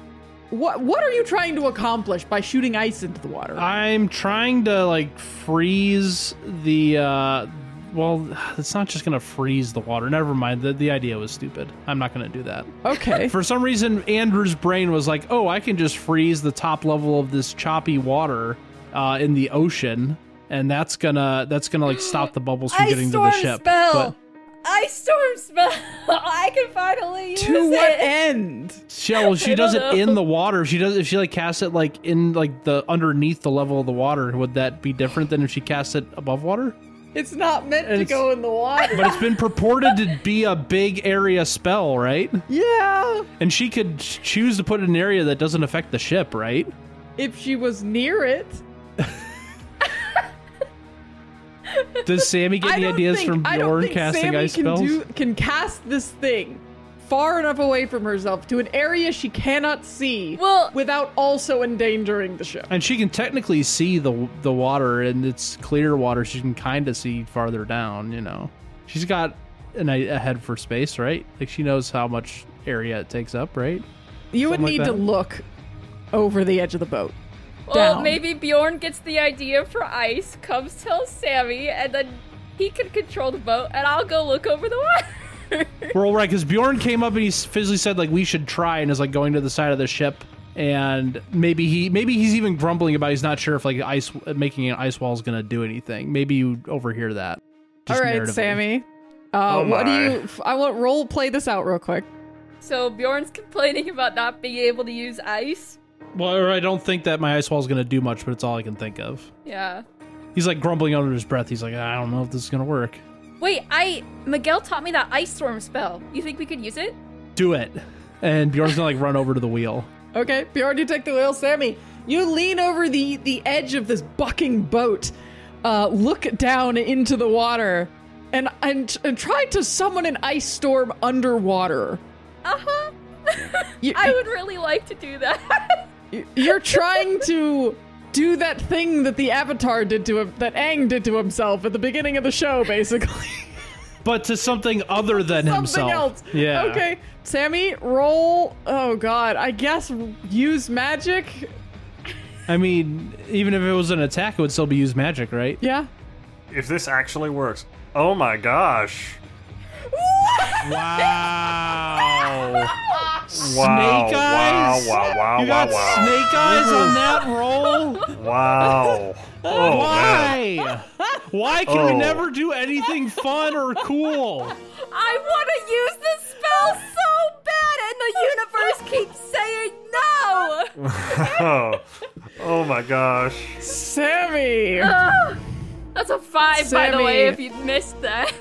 [SPEAKER 1] What What are you trying to accomplish by shooting ice into the water?
[SPEAKER 3] I'm trying to, like, freeze the, uh, well, it's not just going to freeze the water. Never mind. The, the idea was stupid. I'm not going to do that.
[SPEAKER 1] okay.
[SPEAKER 3] For some reason, Andrew's brain was like, "Oh, I can just freeze the top level of this choppy water uh, in the ocean, and that's gonna that's gonna like stop the bubbles from
[SPEAKER 4] Ice
[SPEAKER 3] getting to the
[SPEAKER 4] storm
[SPEAKER 3] ship."
[SPEAKER 4] spell. Ice storm spell. I can finally use
[SPEAKER 1] to what
[SPEAKER 4] it.
[SPEAKER 1] end?
[SPEAKER 3] But she, well, she
[SPEAKER 4] I
[SPEAKER 3] does it
[SPEAKER 4] don't know.
[SPEAKER 3] in the water. If she does if she like casts it like in like the underneath the level of the water, would that be different than if she casts it above water?
[SPEAKER 1] It's not meant to
[SPEAKER 3] It's-
[SPEAKER 1] go in the water.
[SPEAKER 3] But it's been purported to be a big area spell, right?
[SPEAKER 1] yeah.
[SPEAKER 3] And she could choose to put it in an area that doesn't affect the ship, right?
[SPEAKER 1] If she was near it,
[SPEAKER 3] Does Sammy get
[SPEAKER 1] I
[SPEAKER 3] any
[SPEAKER 1] don't
[SPEAKER 3] ideas
[SPEAKER 1] think,
[SPEAKER 3] from
[SPEAKER 1] I don't
[SPEAKER 3] Bjorn
[SPEAKER 1] think
[SPEAKER 3] casting
[SPEAKER 1] Sammy
[SPEAKER 3] ice
[SPEAKER 1] can
[SPEAKER 3] spells?
[SPEAKER 1] Do, can cast this thing far enough away from herself to an area she cannot see
[SPEAKER 4] Well-
[SPEAKER 1] without also endangering the ship.
[SPEAKER 3] And she can technically see the the water, and it's clear water. She can kind of see farther down. You know, she's got an, a a head for space, right? Like she knows how much area it takes up, right?
[SPEAKER 1] You would
[SPEAKER 3] Something
[SPEAKER 1] need
[SPEAKER 3] like
[SPEAKER 1] to
[SPEAKER 3] that.
[SPEAKER 1] look over the edge of the boat.
[SPEAKER 4] Well,
[SPEAKER 1] down.
[SPEAKER 4] maybe Bjorn gets the idea for ice, comes tells Sammy, and then he can control the boat, and I'll go look over the water.
[SPEAKER 1] Eh.
[SPEAKER 3] Well, right, because Bjorn came up and he physically said like we should try, and is like going to the side of the ship, and maybe he maybe he's even grumbling about he's not sure if like ice making an ice wall is gonna do anything. Maybe you overhear that. just
[SPEAKER 1] All right,
[SPEAKER 3] narratively.
[SPEAKER 1] Sammy. Uh,
[SPEAKER 2] Oh
[SPEAKER 1] what do
[SPEAKER 2] my.
[SPEAKER 1] you? f- I want roll play this out real quick.
[SPEAKER 4] so Bjorn's complaining about not being able to use ice.
[SPEAKER 3] Well, or I don't think that my ice wall is gonna do much, but it's all I can think of.
[SPEAKER 4] Yeah.
[SPEAKER 3] He's like grumbling under his breath. He's like, I don't know if this is gonna work.
[SPEAKER 4] Wait, I Miguel taught me that ice storm spell. You think we could use it?
[SPEAKER 3] do it. And Bjorn's gonna like run over to the wheel.
[SPEAKER 1] Okay, Bjorn, you take the wheel. Sammy, you lean over the the edge of this bucking boat, uh, look down into the water, and and, and try to summon an ice storm underwater.
[SPEAKER 4] Uh huh.
[SPEAKER 1] You,
[SPEAKER 4] I would really like to do that.
[SPEAKER 1] you- You're trying to do that thing that the Avatar did to him, that Aang did to himself at the beginning of the show, basically.
[SPEAKER 3] But to something other than
[SPEAKER 1] Something
[SPEAKER 3] himself.
[SPEAKER 1] else.
[SPEAKER 3] Yeah.
[SPEAKER 1] Okay, Sammy, roll. Oh God, I guess use magic.
[SPEAKER 3] I mean, even if it was an attack, it would still be used magic, right?
[SPEAKER 1] Yeah.
[SPEAKER 2] if this actually works, oh my gosh!
[SPEAKER 3] Wow.
[SPEAKER 2] Wow!
[SPEAKER 3] Snake
[SPEAKER 2] Wow!
[SPEAKER 3] eyes?
[SPEAKER 2] Wow! Wow!
[SPEAKER 3] you
[SPEAKER 2] wow!
[SPEAKER 3] got
[SPEAKER 2] wow!
[SPEAKER 3] snake eyes on that roll?
[SPEAKER 2] Wow! Oh man!
[SPEAKER 3] Why? Why can we
[SPEAKER 2] Oh.
[SPEAKER 3] never do anything fun or cool?
[SPEAKER 4] I want to use this spell so bad, and the universe keeps saying no.
[SPEAKER 2] Oh, oh my gosh!
[SPEAKER 1] Sammy!
[SPEAKER 4] That's a five, by the way,
[SPEAKER 1] Sammy.
[SPEAKER 4] if you missed that.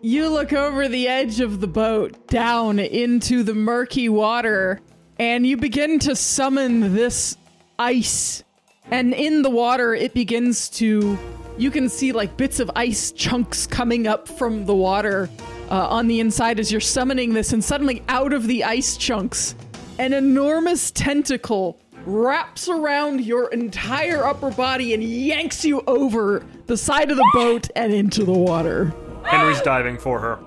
[SPEAKER 1] You look over the edge of the boat down into the murky water, and you begin to summon this ice. And in the water, it begins to. You can see like bits of ice chunks coming up from the water uh, on the inside as you're summoning this, and suddenly out of the ice chunks, an enormous tentacle wraps around your entire upper body and yanks you over the side of the boat and into the water.
[SPEAKER 2] Henry's diving for her.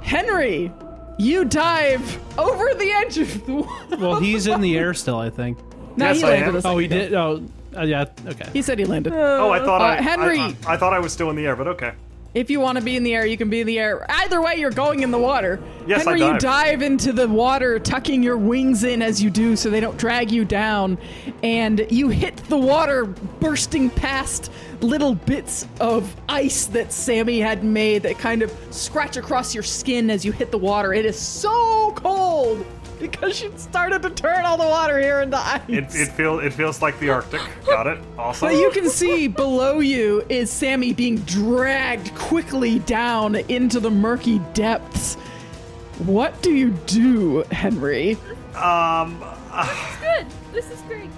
[SPEAKER 1] Henry, you dive over the edge of the water.
[SPEAKER 3] Well, he's in the air still, I think.
[SPEAKER 1] no,
[SPEAKER 2] Yes,
[SPEAKER 1] he
[SPEAKER 2] I
[SPEAKER 1] landed.
[SPEAKER 2] am.
[SPEAKER 1] a second
[SPEAKER 3] Oh, he
[SPEAKER 1] ago.
[SPEAKER 3] did. Oh, uh, yeah. Okay.
[SPEAKER 1] He said he landed.
[SPEAKER 2] Oh, I thought
[SPEAKER 1] Uh,
[SPEAKER 2] I, I-
[SPEAKER 1] Henry!
[SPEAKER 2] I, I thought I was still in the air, but okay.
[SPEAKER 1] If you want to be in the air, you can be in the air. Either way, you're going in the water.
[SPEAKER 2] Yes, I
[SPEAKER 1] Henry, you
[SPEAKER 2] dive.
[SPEAKER 1] dive into the water, tucking your wings in as you do so they don't drag you down. And you hit the water, bursting past little bits of ice that Sammy had made that kind of scratch across your skin as you hit the water. It is so cold because you started to turn all the water here into ice.
[SPEAKER 2] It, it feel it feels like the Arctic. Got it. Awesome.
[SPEAKER 1] But you can see below you is Sammy being dragged quickly down into the murky depths. What do you do, Henry?
[SPEAKER 2] um,
[SPEAKER 4] Good. This is great.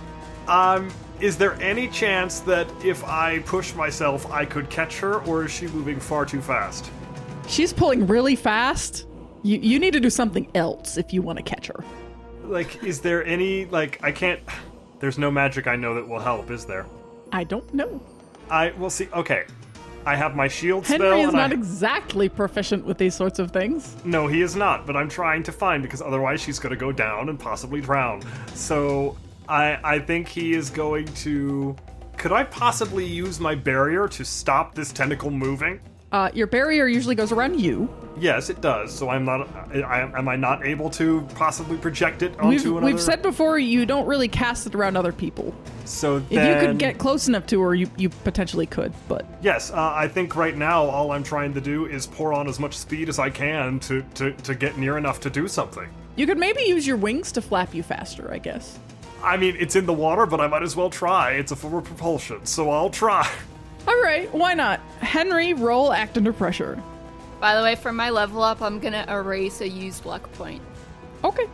[SPEAKER 2] um, is there any chance that if I push myself, I could catch her, or is she moving far too fast?
[SPEAKER 1] She's pulling really fast. You, you need to do something else if you want to catch her.
[SPEAKER 2] Like, is there any like I can't? There's no magic I know that will help, is there?
[SPEAKER 1] I don't know.
[SPEAKER 2] I will see. Okay, I have my shield spell.
[SPEAKER 1] Henry is
[SPEAKER 2] and
[SPEAKER 1] not
[SPEAKER 2] I-
[SPEAKER 1] exactly proficient with these sorts of things.
[SPEAKER 2] No, he is not, but I'm trying to find because otherwise she's going to go down and possibly drown. So I I think he is going to could I possibly use my barrier to stop this tentacle moving?
[SPEAKER 1] Uh, your barrier usually goes around you.
[SPEAKER 2] Yes, it does. So I'm not I, I, am I not able to possibly project it onto
[SPEAKER 1] We've,
[SPEAKER 2] another
[SPEAKER 1] we've said before you don't really cast it around other people.
[SPEAKER 2] So
[SPEAKER 1] If
[SPEAKER 2] then,
[SPEAKER 1] you could get close enough to her, you, you potentially could, but
[SPEAKER 2] Yes, uh, I think right now all I'm trying to do is pour on as much speed as I can to to to get near enough to do something.
[SPEAKER 1] You could maybe use your wings to flap you faster, I guess.
[SPEAKER 2] I mean, it's in the water, but I might as well try. It's a form of propulsion, so I'll try.
[SPEAKER 1] All right, why not? Henry, roll act under pressure.
[SPEAKER 5] By the way, for my level up, I'm gonna erase a used luck point.
[SPEAKER 1] Okay.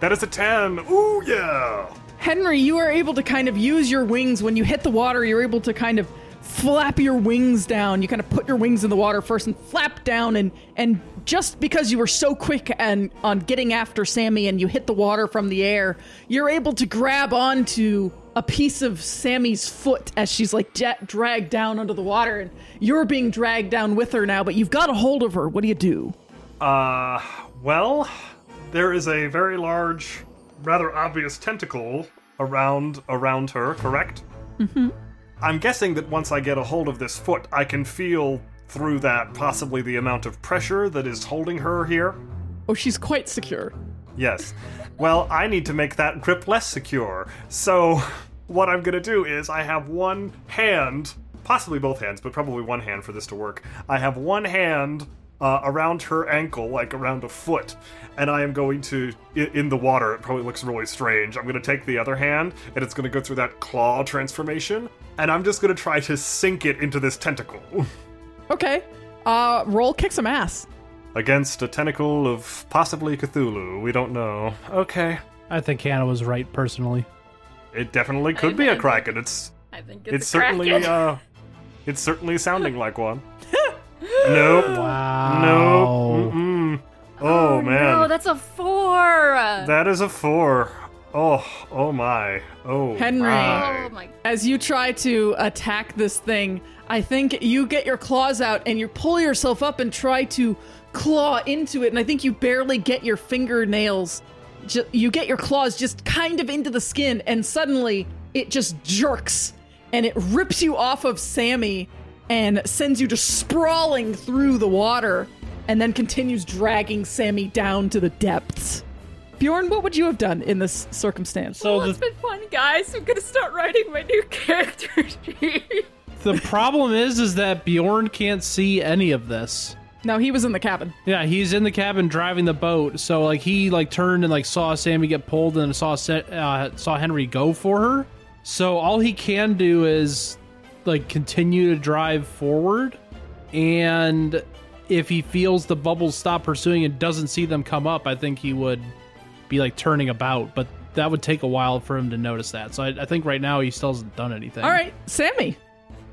[SPEAKER 2] That is a 10. Ooh, yeah.
[SPEAKER 1] Henry, you are able to kind of use your wings when you hit the water. You're able to kind of flap your wings down. You kind of put your wings in the water first and flap down and and just because you were so quick and on getting after Sammy and you hit the water from the air, you're able to grab onto a piece of Sammy's foot as she's like ja dragged down under the water and you're being dragged down with her now, but you've got a hold of her. What do you do?
[SPEAKER 2] Uh, well, there is a very large, rather obvious tentacle around around her, correct? Mm-hmm. I'm guessing that once I get a hold of this foot, I can feel through that possibly the amount of pressure that is holding her here.
[SPEAKER 1] Oh, she's quite secure.
[SPEAKER 2] Yes. Well, I need to make that grip less secure. So, what I'm gonna do is I have one hand, possibly both hands, but probably one hand for this to work. I have one hand uh, around her ankle, like around a foot, and I am going to, i- in the water, it probably looks really strange. I'm gonna take the other hand, and it's gonna go through that claw transformation, and I'm just gonna try to sink it into this tentacle.
[SPEAKER 1] Okay. Uh, roll kick some ass.
[SPEAKER 2] Against a tentacle of possibly Cthulhu, we don't know. Okay.
[SPEAKER 3] I think Hannah was right personally.
[SPEAKER 2] It definitely could be a kraken. It's
[SPEAKER 5] I think
[SPEAKER 2] it's,
[SPEAKER 5] it's, a crack.
[SPEAKER 2] certainly uh, it's certainly sounding like one. nope.
[SPEAKER 3] Wow.
[SPEAKER 2] Nope. Mm-mm. Oh, man,
[SPEAKER 5] No, that's a four.
[SPEAKER 2] that is a four. Oh, oh my. Oh,
[SPEAKER 1] Henry.
[SPEAKER 2] my.
[SPEAKER 5] oh my.
[SPEAKER 1] As you try to attack this thing, I think you get your claws out and you pull yourself up and try to claw into it. And I think you barely get your fingernails. Ju- you get your claws just kind of into the skin, and suddenly it just jerks and it rips you off of Sammy and sends you just sprawling through the water and then continues dragging Sammy down to the depths. Bjorn, what would you have done in this circumstance?
[SPEAKER 3] So
[SPEAKER 5] Well, it's
[SPEAKER 3] the,
[SPEAKER 5] been fun, guys. I'm gonna start writing my new character sheet.
[SPEAKER 3] the problem is is that Bjorn can't see any of this.
[SPEAKER 1] Now he was in the cabin.
[SPEAKER 3] Yeah, he's in the cabin driving the boat. So like he like turned and like saw Sammy get pulled and saw Se- uh, saw Henry go for her. So all he can do is like continue to drive forward, and if he feels the bubbles stop pursuing and doesn't see them come up, I think he would be like turning about. But that would take a while for him to notice that. So I, I think right now he still hasn't done anything.
[SPEAKER 1] All right, Sammy.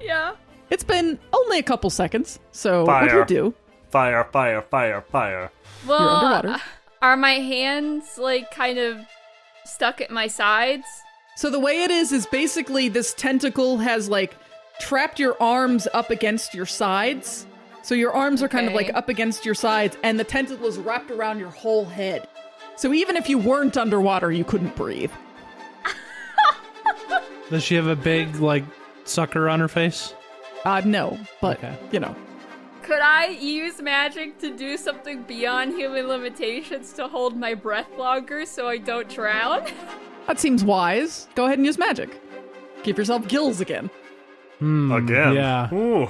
[SPEAKER 5] yeah.
[SPEAKER 1] It's been only a couple seconds, so what do
[SPEAKER 2] Fire.
[SPEAKER 1] you do?
[SPEAKER 2] Fire, fire, fire, fire.
[SPEAKER 5] Well, uh,
[SPEAKER 1] underwater.
[SPEAKER 5] are my hands like kind of stuck at my sides?
[SPEAKER 1] So the way it is is basically this tentacle has like trapped your arms up against your sides. So your arms are kind of
[SPEAKER 5] Okay.
[SPEAKER 1] like up against your sides, and the tentacle is wrapped around your whole head. So even if you weren't underwater, you couldn't breathe.
[SPEAKER 3] Does she have a big like sucker on her face?
[SPEAKER 1] Uh, no, but
[SPEAKER 3] Okay.
[SPEAKER 1] you know,
[SPEAKER 5] Could I use magic to do something beyond human limitations to hold my breath longer so I don't drown?
[SPEAKER 1] That seems wise. Go ahead and use magic. Give yourself gills again.
[SPEAKER 3] Hmm,
[SPEAKER 2] Again.
[SPEAKER 3] Yeah.
[SPEAKER 2] Ooh.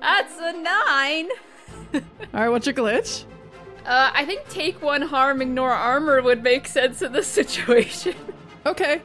[SPEAKER 5] That's a nine.
[SPEAKER 1] All right, what's your glitch?
[SPEAKER 5] Uh, I think take one harm, ignore armor would make sense in this situation.
[SPEAKER 1] Okay.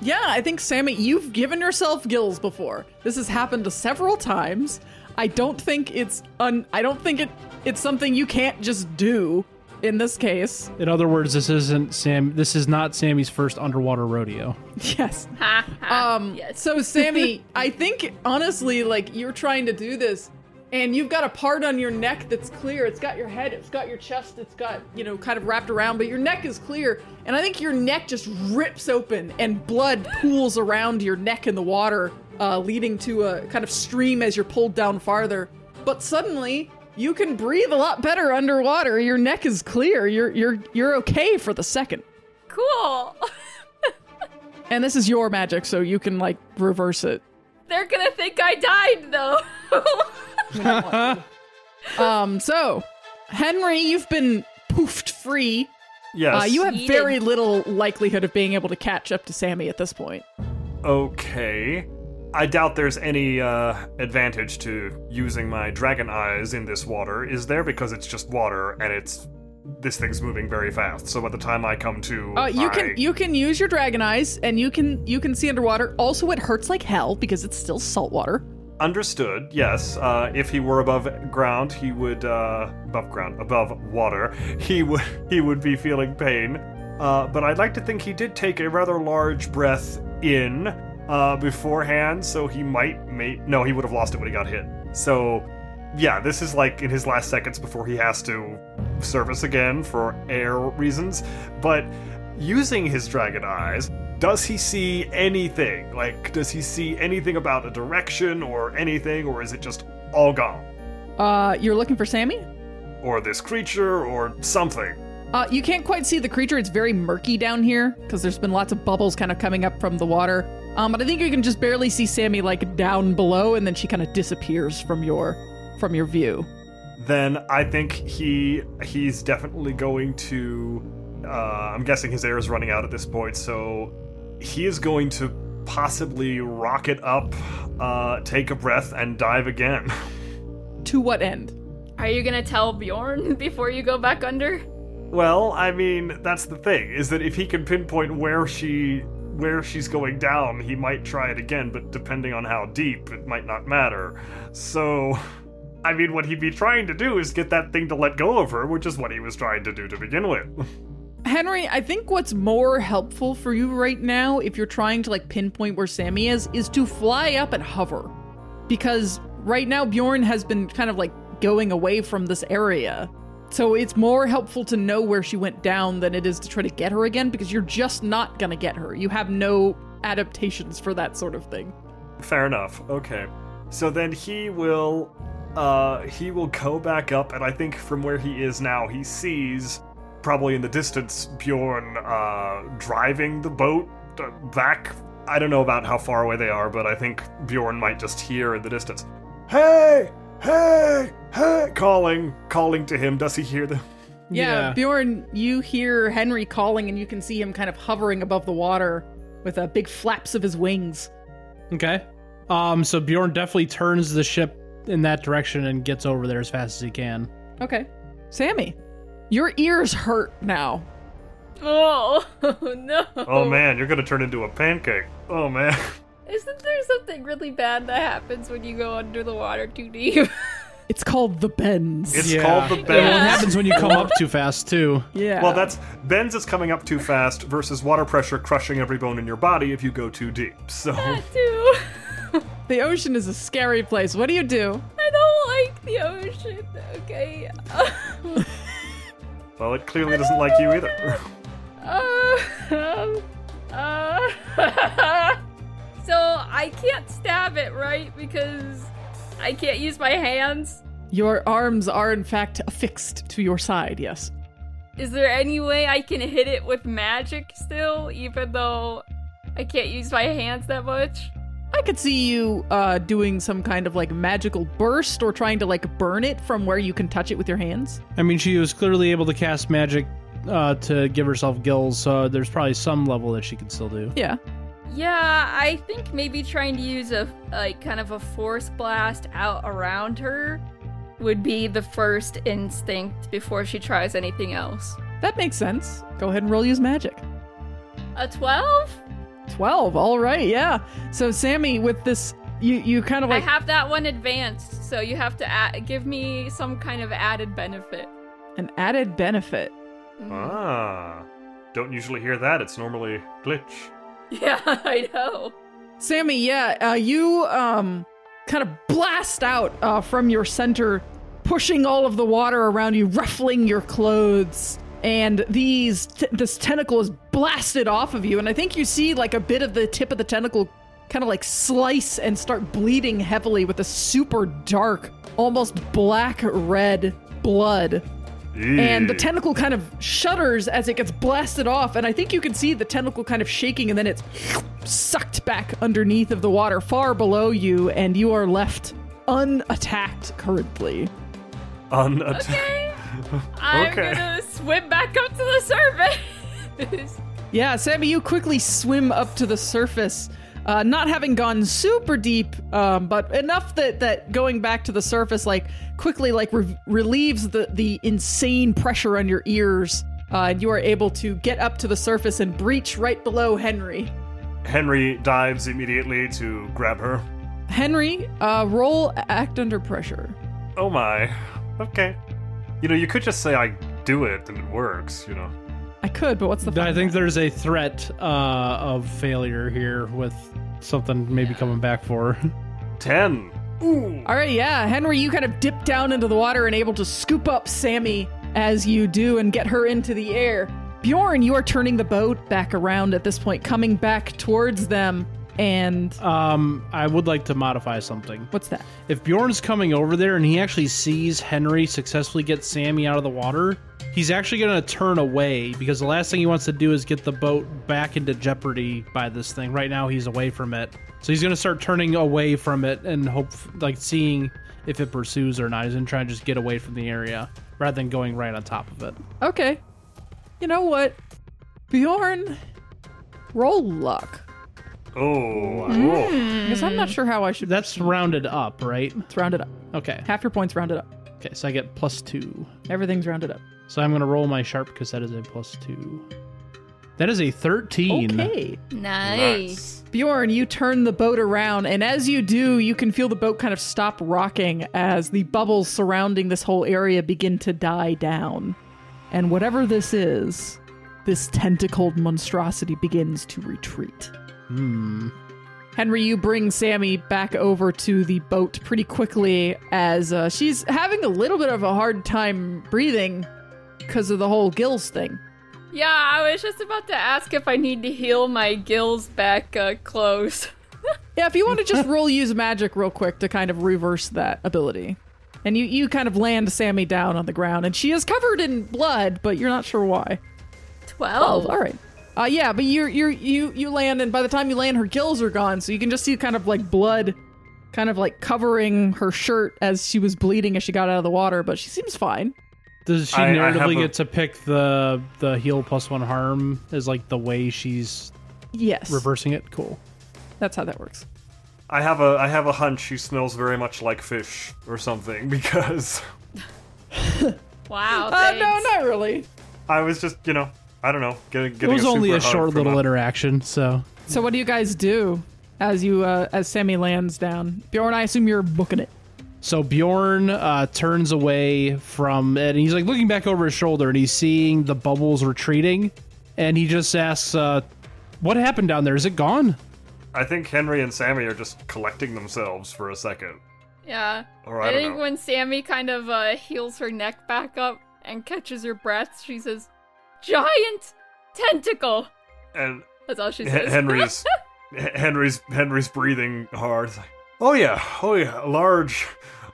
[SPEAKER 1] Yeah, I think Sammy, you've given yourself gills before. This has happened several times. I don't think it's un I don't think it it's something you can't just do in this case.
[SPEAKER 3] In other words, this isn't Sam. This is not Sammy's first underwater rodeo.
[SPEAKER 1] Yes.
[SPEAKER 5] Ha ha.
[SPEAKER 1] Um
[SPEAKER 5] yes.
[SPEAKER 1] so Sammy, I think honestly like you're trying to do this and you've got a part on your neck that's clear. It's got your head, it's got your chest, it's got, you know, kind of wrapped around, but your neck is clear. And I think your neck just rips open and blood pools around your neck in the water, uh, leading to a kind of stream as you're pulled down farther. But suddenly, you can breathe a lot better underwater. Your neck is clear. You're you're you're okay for the second.
[SPEAKER 5] cool.
[SPEAKER 1] And this is your magic, so you can like reverse it.
[SPEAKER 5] They're gonna think I died though.
[SPEAKER 1] Um, so, Henry, you've been poofed free.
[SPEAKER 2] Yes.
[SPEAKER 1] Uh, you have
[SPEAKER 5] Yeeted.
[SPEAKER 1] very little likelihood of being able to catch up to Sammy at this point.
[SPEAKER 2] Okay. I doubt there's any uh, advantage to using my dragon eyes in this water, is there? Because it's just water and it's this thing's moving very fast. So by the time I come to,
[SPEAKER 1] Uh, you
[SPEAKER 2] my-
[SPEAKER 1] can you can use your dragon eyes, and you can you can see underwater. Also, it hurts like hell because it's still saltwater.
[SPEAKER 2] understood. Yes, uh, if he were above ground, he would uh, above ground, above water, he would he would be feeling pain. Uh, but I'd like to think he did take a rather large breath in uh, beforehand, so he might may no, he would have lost it when he got hit. So yeah, this is like in his last seconds before he has to surface again for air reasons. But using his dragon eyes, does he see anything? Like, does he see anything about a direction or anything, or is it just all gone?
[SPEAKER 1] Uh, you're looking for Sammy.
[SPEAKER 2] Or this creature or something?
[SPEAKER 1] Uh, you can't quite see the creature. It's very murky down here because there's been lots of bubbles kind of coming up from the water. Um, but I think you can just barely see Sammy like down below, and then she kind of disappears from your from your view.
[SPEAKER 2] Then I think he he's definitely going to. Uh, I'm guessing his air is running out at this point, so he is going to possibly rocket up, uh, take a breath, and dive again.
[SPEAKER 1] To what end?
[SPEAKER 5] Are you gonna tell Bjorn before you go back under?
[SPEAKER 2] Well, I mean, that's the thing is that if he can pinpoint where she where she's going down, he might try it again, but depending on how deep, it might not matter. So, I mean, what he'd be trying to do is get that thing to let go of her, which is what he was trying to do to begin with.
[SPEAKER 1] Henry, I think what's more helpful for you right now, if you're trying to like pinpoint where Sammy is, is to fly up and hover. Because right now Bjorn has been kind of like going away from this area. So it's more helpful to know where she went down than it is to try to get her again because you're just not going to get her. You have no adaptations for that sort of thing.
[SPEAKER 2] Fair enough. Okay. So then he will uh he will go back up and I think from where he is now he sees probably in the distance Bjorn uh driving the boat uh, back. I don't know about how far away they are, but I think Bjorn might just hear in the distance. Hey! Hey! Hey! Calling, calling to him. Does he hear them?
[SPEAKER 1] Yeah, Bjorn, you hear Henry calling and you can see him kind of hovering above the water with uh, big flaps of his wings.
[SPEAKER 3] Okay. Um. So Bjorn definitely turns the ship in that direction and gets over there as fast as he can.
[SPEAKER 1] Okay. Sammy, your ears hurt now.
[SPEAKER 5] Oh, no.
[SPEAKER 2] Oh man, you're gonna turn into a pancake. Oh man.
[SPEAKER 5] Isn't there something really bad that happens when you go under the water too deep?
[SPEAKER 1] It's called the bends.
[SPEAKER 2] It's
[SPEAKER 3] Yeah.
[SPEAKER 2] called the
[SPEAKER 3] Well, it
[SPEAKER 2] bend.
[SPEAKER 3] happens when you come up too fast too.
[SPEAKER 1] yeah.
[SPEAKER 2] Well, that's Ben's is coming up too fast versus water pressure crushing every bone in your body if you go too deep. So
[SPEAKER 5] too.
[SPEAKER 1] the ocean is a scary place. What do you do?
[SPEAKER 5] I don't like the ocean. Okay.
[SPEAKER 2] well, it clearly doesn't like you either.
[SPEAKER 5] Uh, um, uh, so I can't stab it, right? Because I can't use my hands.
[SPEAKER 1] Your arms are, in fact, affixed to your side, yes.
[SPEAKER 5] Is there any way I can hit it with magic still, even though I can't use my hands that much?
[SPEAKER 1] I could see you uh, doing some kind of like magical burst or trying to like burn it from where you can touch it with your hands.
[SPEAKER 3] I mean, she was clearly able to cast magic uh, to give herself gills, so there's probably some level that she could still do.
[SPEAKER 1] Yeah.
[SPEAKER 5] Yeah, I think maybe trying to use a like kind of a force blast out around her would be the first instinct before she tries anything else.
[SPEAKER 1] That makes sense. Go ahead and roll use magic.
[SPEAKER 5] A 12?
[SPEAKER 1] 12. All right. Yeah. So Sammy with this you you kind of like
[SPEAKER 5] I have that one advanced, so you have to add, give me some kind of added benefit.
[SPEAKER 1] an added benefit.
[SPEAKER 2] Ah. Don't usually hear that. It's normally glitch.
[SPEAKER 5] Yeah, I know.
[SPEAKER 1] Sammy, yeah, uh, you um, kind of blast out uh, from your center, pushing all of the water around you, ruffling your clothes, and these t- this tentacle is blasted off of you. And I think you see like a bit of the tip of the tentacle kind of like slice and start bleeding heavily with a super dark, almost black red blood and the
[SPEAKER 2] Eek.
[SPEAKER 1] tentacle kind of shudders as it gets blasted off and i think you can see the tentacle kind of shaking and then it's sucked back underneath of the water far below you and you are left unattacked currently
[SPEAKER 2] Unatta-
[SPEAKER 5] Okay. I'm
[SPEAKER 2] Okay.
[SPEAKER 5] gonna swim back up to the surface.
[SPEAKER 1] yeah sammy you quickly swim up to the surface uh, not having gone super deep um, but enough that that going back to the surface like quickly like re- relieves the the insane pressure on your ears uh, and you are able to get up to the surface and breach right below henry
[SPEAKER 2] Henry dives immediately to grab her.
[SPEAKER 1] Henry, uh, roll act under pressure.
[SPEAKER 2] Oh my. Okay. You know, you could just say I do it and it works, you know.
[SPEAKER 1] I could, but what's the fun
[SPEAKER 3] I think
[SPEAKER 1] in
[SPEAKER 3] there's a threat uh, of failure here with something maybe coming back for her.
[SPEAKER 2] Ten. Ooh.
[SPEAKER 1] that? All right, yeah, Henry, you kind of dip down into the water and able to scoop up Sammy as you do and get her into the air. Bjorn, you are turning the boat back around at this point, coming back towards them. And
[SPEAKER 3] Um, I would like to modify something.
[SPEAKER 1] what's that?
[SPEAKER 3] If Bjorn's coming over there and he actually sees Henry successfully get Sammy out of the water, he's actually going to turn away because the last thing he wants to do is get the boat back into jeopardy by this thing. Right now, he's away from it, so he's going to start turning away from it and hope, like, seeing if it pursues or not. He's going to try and just get away from the area rather than going right on top of it.
[SPEAKER 1] Okay. You know what? Bjorn, roll luck.
[SPEAKER 2] Oh. whoa.
[SPEAKER 1] Because I'm not sure how I should
[SPEAKER 3] That's rounded up, right?
[SPEAKER 1] round it up.
[SPEAKER 3] Okay.
[SPEAKER 1] Half your points rounded up.
[SPEAKER 3] Okay, so I get plus two.
[SPEAKER 1] Everything's rounded up.
[SPEAKER 3] So I'm going to roll my sharp because that is a plus two. That is a 13.
[SPEAKER 1] Okay.
[SPEAKER 5] nice.
[SPEAKER 1] Bjorn, you turn the boat around, and as you do, you can feel the boat kind of stop rocking as the bubbles surrounding this whole area begin to die down. And whatever this is, this tentacled monstrosity begins to retreat.
[SPEAKER 3] Hmm.
[SPEAKER 1] Henry, you bring Sammy back over to the boat pretty quickly as uh, she's having a little bit of a hard time breathing because of the whole gills thing.
[SPEAKER 5] Yeah, I was just about to ask if I need to heal my gills back uh, close.
[SPEAKER 1] Yeah, if you want to just roll use magic real quick to kind of reverse that ability. And you, you kind of land Sammy down on the ground, and she is covered in blood, but you're not sure why.
[SPEAKER 5] 12.
[SPEAKER 1] all right. Uh, yeah, but you're you're you you land, and by the time you land, her gills are gone, so you can just see kind of like blood, kind of like covering her shirt as she was bleeding as she got out of the water. But she seems fine.
[SPEAKER 3] Does she
[SPEAKER 2] I- I have
[SPEAKER 3] narratively
[SPEAKER 2] a-
[SPEAKER 3] get to pick the the heal plus one harm as like the way she's
[SPEAKER 1] Yes,
[SPEAKER 3] reversing it? Cool.
[SPEAKER 1] that's how that works.
[SPEAKER 2] I have a I have a hunch she smells very much like fish or something because
[SPEAKER 5] Wow.
[SPEAKER 1] Uh,
[SPEAKER 5] thanks.
[SPEAKER 1] no, not really.
[SPEAKER 2] I was just, you know, I don't know, getting
[SPEAKER 3] It
[SPEAKER 2] getting
[SPEAKER 3] was
[SPEAKER 2] a
[SPEAKER 3] only
[SPEAKER 2] super
[SPEAKER 3] a
[SPEAKER 2] hug
[SPEAKER 3] short
[SPEAKER 2] from
[SPEAKER 3] little
[SPEAKER 2] a-
[SPEAKER 3] interaction, so
[SPEAKER 1] So what do you guys do as you uh, as Sammy lands down? Bjorn, I assume you're booking it.
[SPEAKER 3] so Bjorn uh, turns away from it, and he's like looking back over his shoulder, and he's seeing the bubbles retreating, and he just asks, uh, "What happened down there? Is it gone?"
[SPEAKER 2] I think Henry and Sammy are just collecting themselves for a second.
[SPEAKER 5] Yeah.
[SPEAKER 2] Or I
[SPEAKER 5] I
[SPEAKER 2] don't
[SPEAKER 5] think
[SPEAKER 2] know.
[SPEAKER 5] when Sammy kind of uh, heals her neck back up and catches her breath, she says, Giant tentacle.
[SPEAKER 2] And
[SPEAKER 5] That's all she
[SPEAKER 2] H-
[SPEAKER 5] says.
[SPEAKER 2] Henry's H- Henry's Henry's breathing hard. It's like, Oh yeah, oh yeah, large,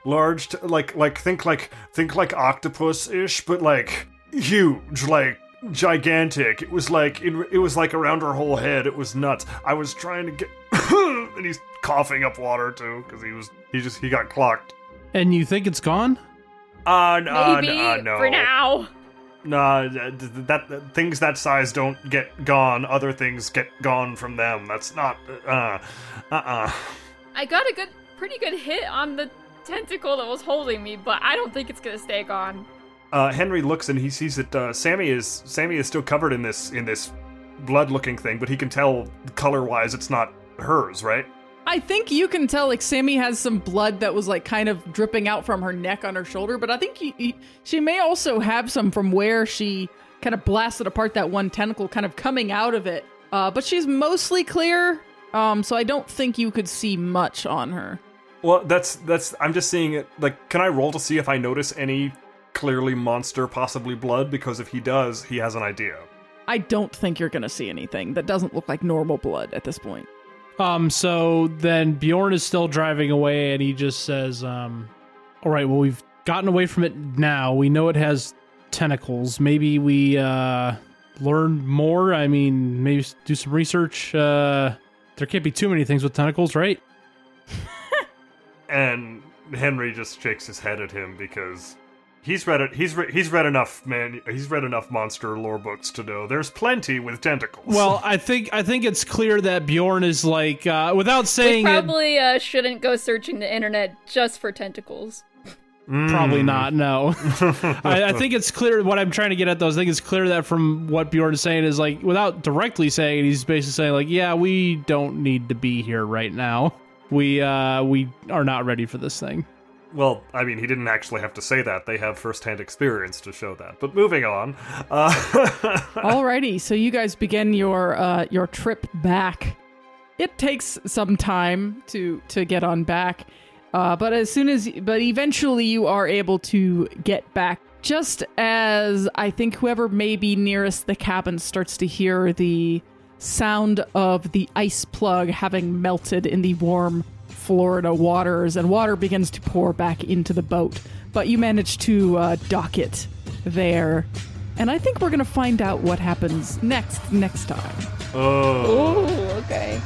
[SPEAKER 2] large, t- like like think like think like octopus ish, but like huge, like gigantic. It was like it, it was like around her whole head. It was nuts. I was trying to get. and he's coughing up water too because he was he just he got clocked.
[SPEAKER 3] And you think it's gone?
[SPEAKER 2] Uh, n- uh, n-
[SPEAKER 5] Maybe
[SPEAKER 2] uh, no.
[SPEAKER 5] for now.
[SPEAKER 2] Nah, th- th- that, that- things that size don't get gone. Other things get gone from them. That's not. Uh, uh, uh.
[SPEAKER 5] I got a good, pretty good hit on the tentacle that was holding me, but I don't think it's gonna stay gone.
[SPEAKER 2] Uh, Henry looks and he sees that uh, Sammy is Sammy is still covered in this in this blood-looking thing, but he can tell color-wise it's not hers, right?
[SPEAKER 1] I think you can tell like Sammy has some blood that was like kind of dripping out from her neck on her shoulder, but I think he, he- she may also have some from where she kind of blasted apart that one tentacle kind of coming out of it. Uh, but she's mostly clear, um, so I don't think you could see much on her.
[SPEAKER 2] Well, that's that's. I'm just seeing it. Like, can I roll to see if I notice any clearly monster, possibly blood? Because if he does, he has an idea.
[SPEAKER 1] I don't think you're going to see anything that doesn't look like normal blood at this point.
[SPEAKER 3] Um, so then Bjorn is still driving away and he just says, um, all right, well, we've gotten away from it now. We know it has tentacles. Maybe we, uh, learn more. I mean, maybe s- do some research. Uh, there can't be too many things with tentacles, right?
[SPEAKER 2] And Henry just shakes his head at him because he's read it. He's re- he's read enough man. He's read enough monster lore books to know there's plenty with tentacles.
[SPEAKER 3] Well, I think, I think it's clear that Bjorn is like, uh, without saying
[SPEAKER 5] we
[SPEAKER 3] it,
[SPEAKER 5] probably uh, shouldn't go searching the internet just for tentacles.
[SPEAKER 3] Probably not. No, I, I think it's clear. What I'm trying to get at, though, is I think it's clear that from what Bjorn is saying is like, without directly saying, it, he's basically saying like, yeah, we don't need to be here right now. We uh, we are not ready for this thing.
[SPEAKER 2] Well, I mean, he didn't actually have to say that. They have firsthand experience to show that. But moving on. Uh,
[SPEAKER 1] Alrighty, so you guys begin your uh, your trip back. It takes some time to to get on back, uh, but as soon as but eventually you are able to get back. Just as I think whoever may be nearest the cabin starts to hear the sound of the ice plug having melted in the warm Florida waters, and water begins to pour back into the boat. But you manage to uh, dock it there. And I think we're going to find out what happens next, next time.
[SPEAKER 2] oh.
[SPEAKER 5] Ooh, okay.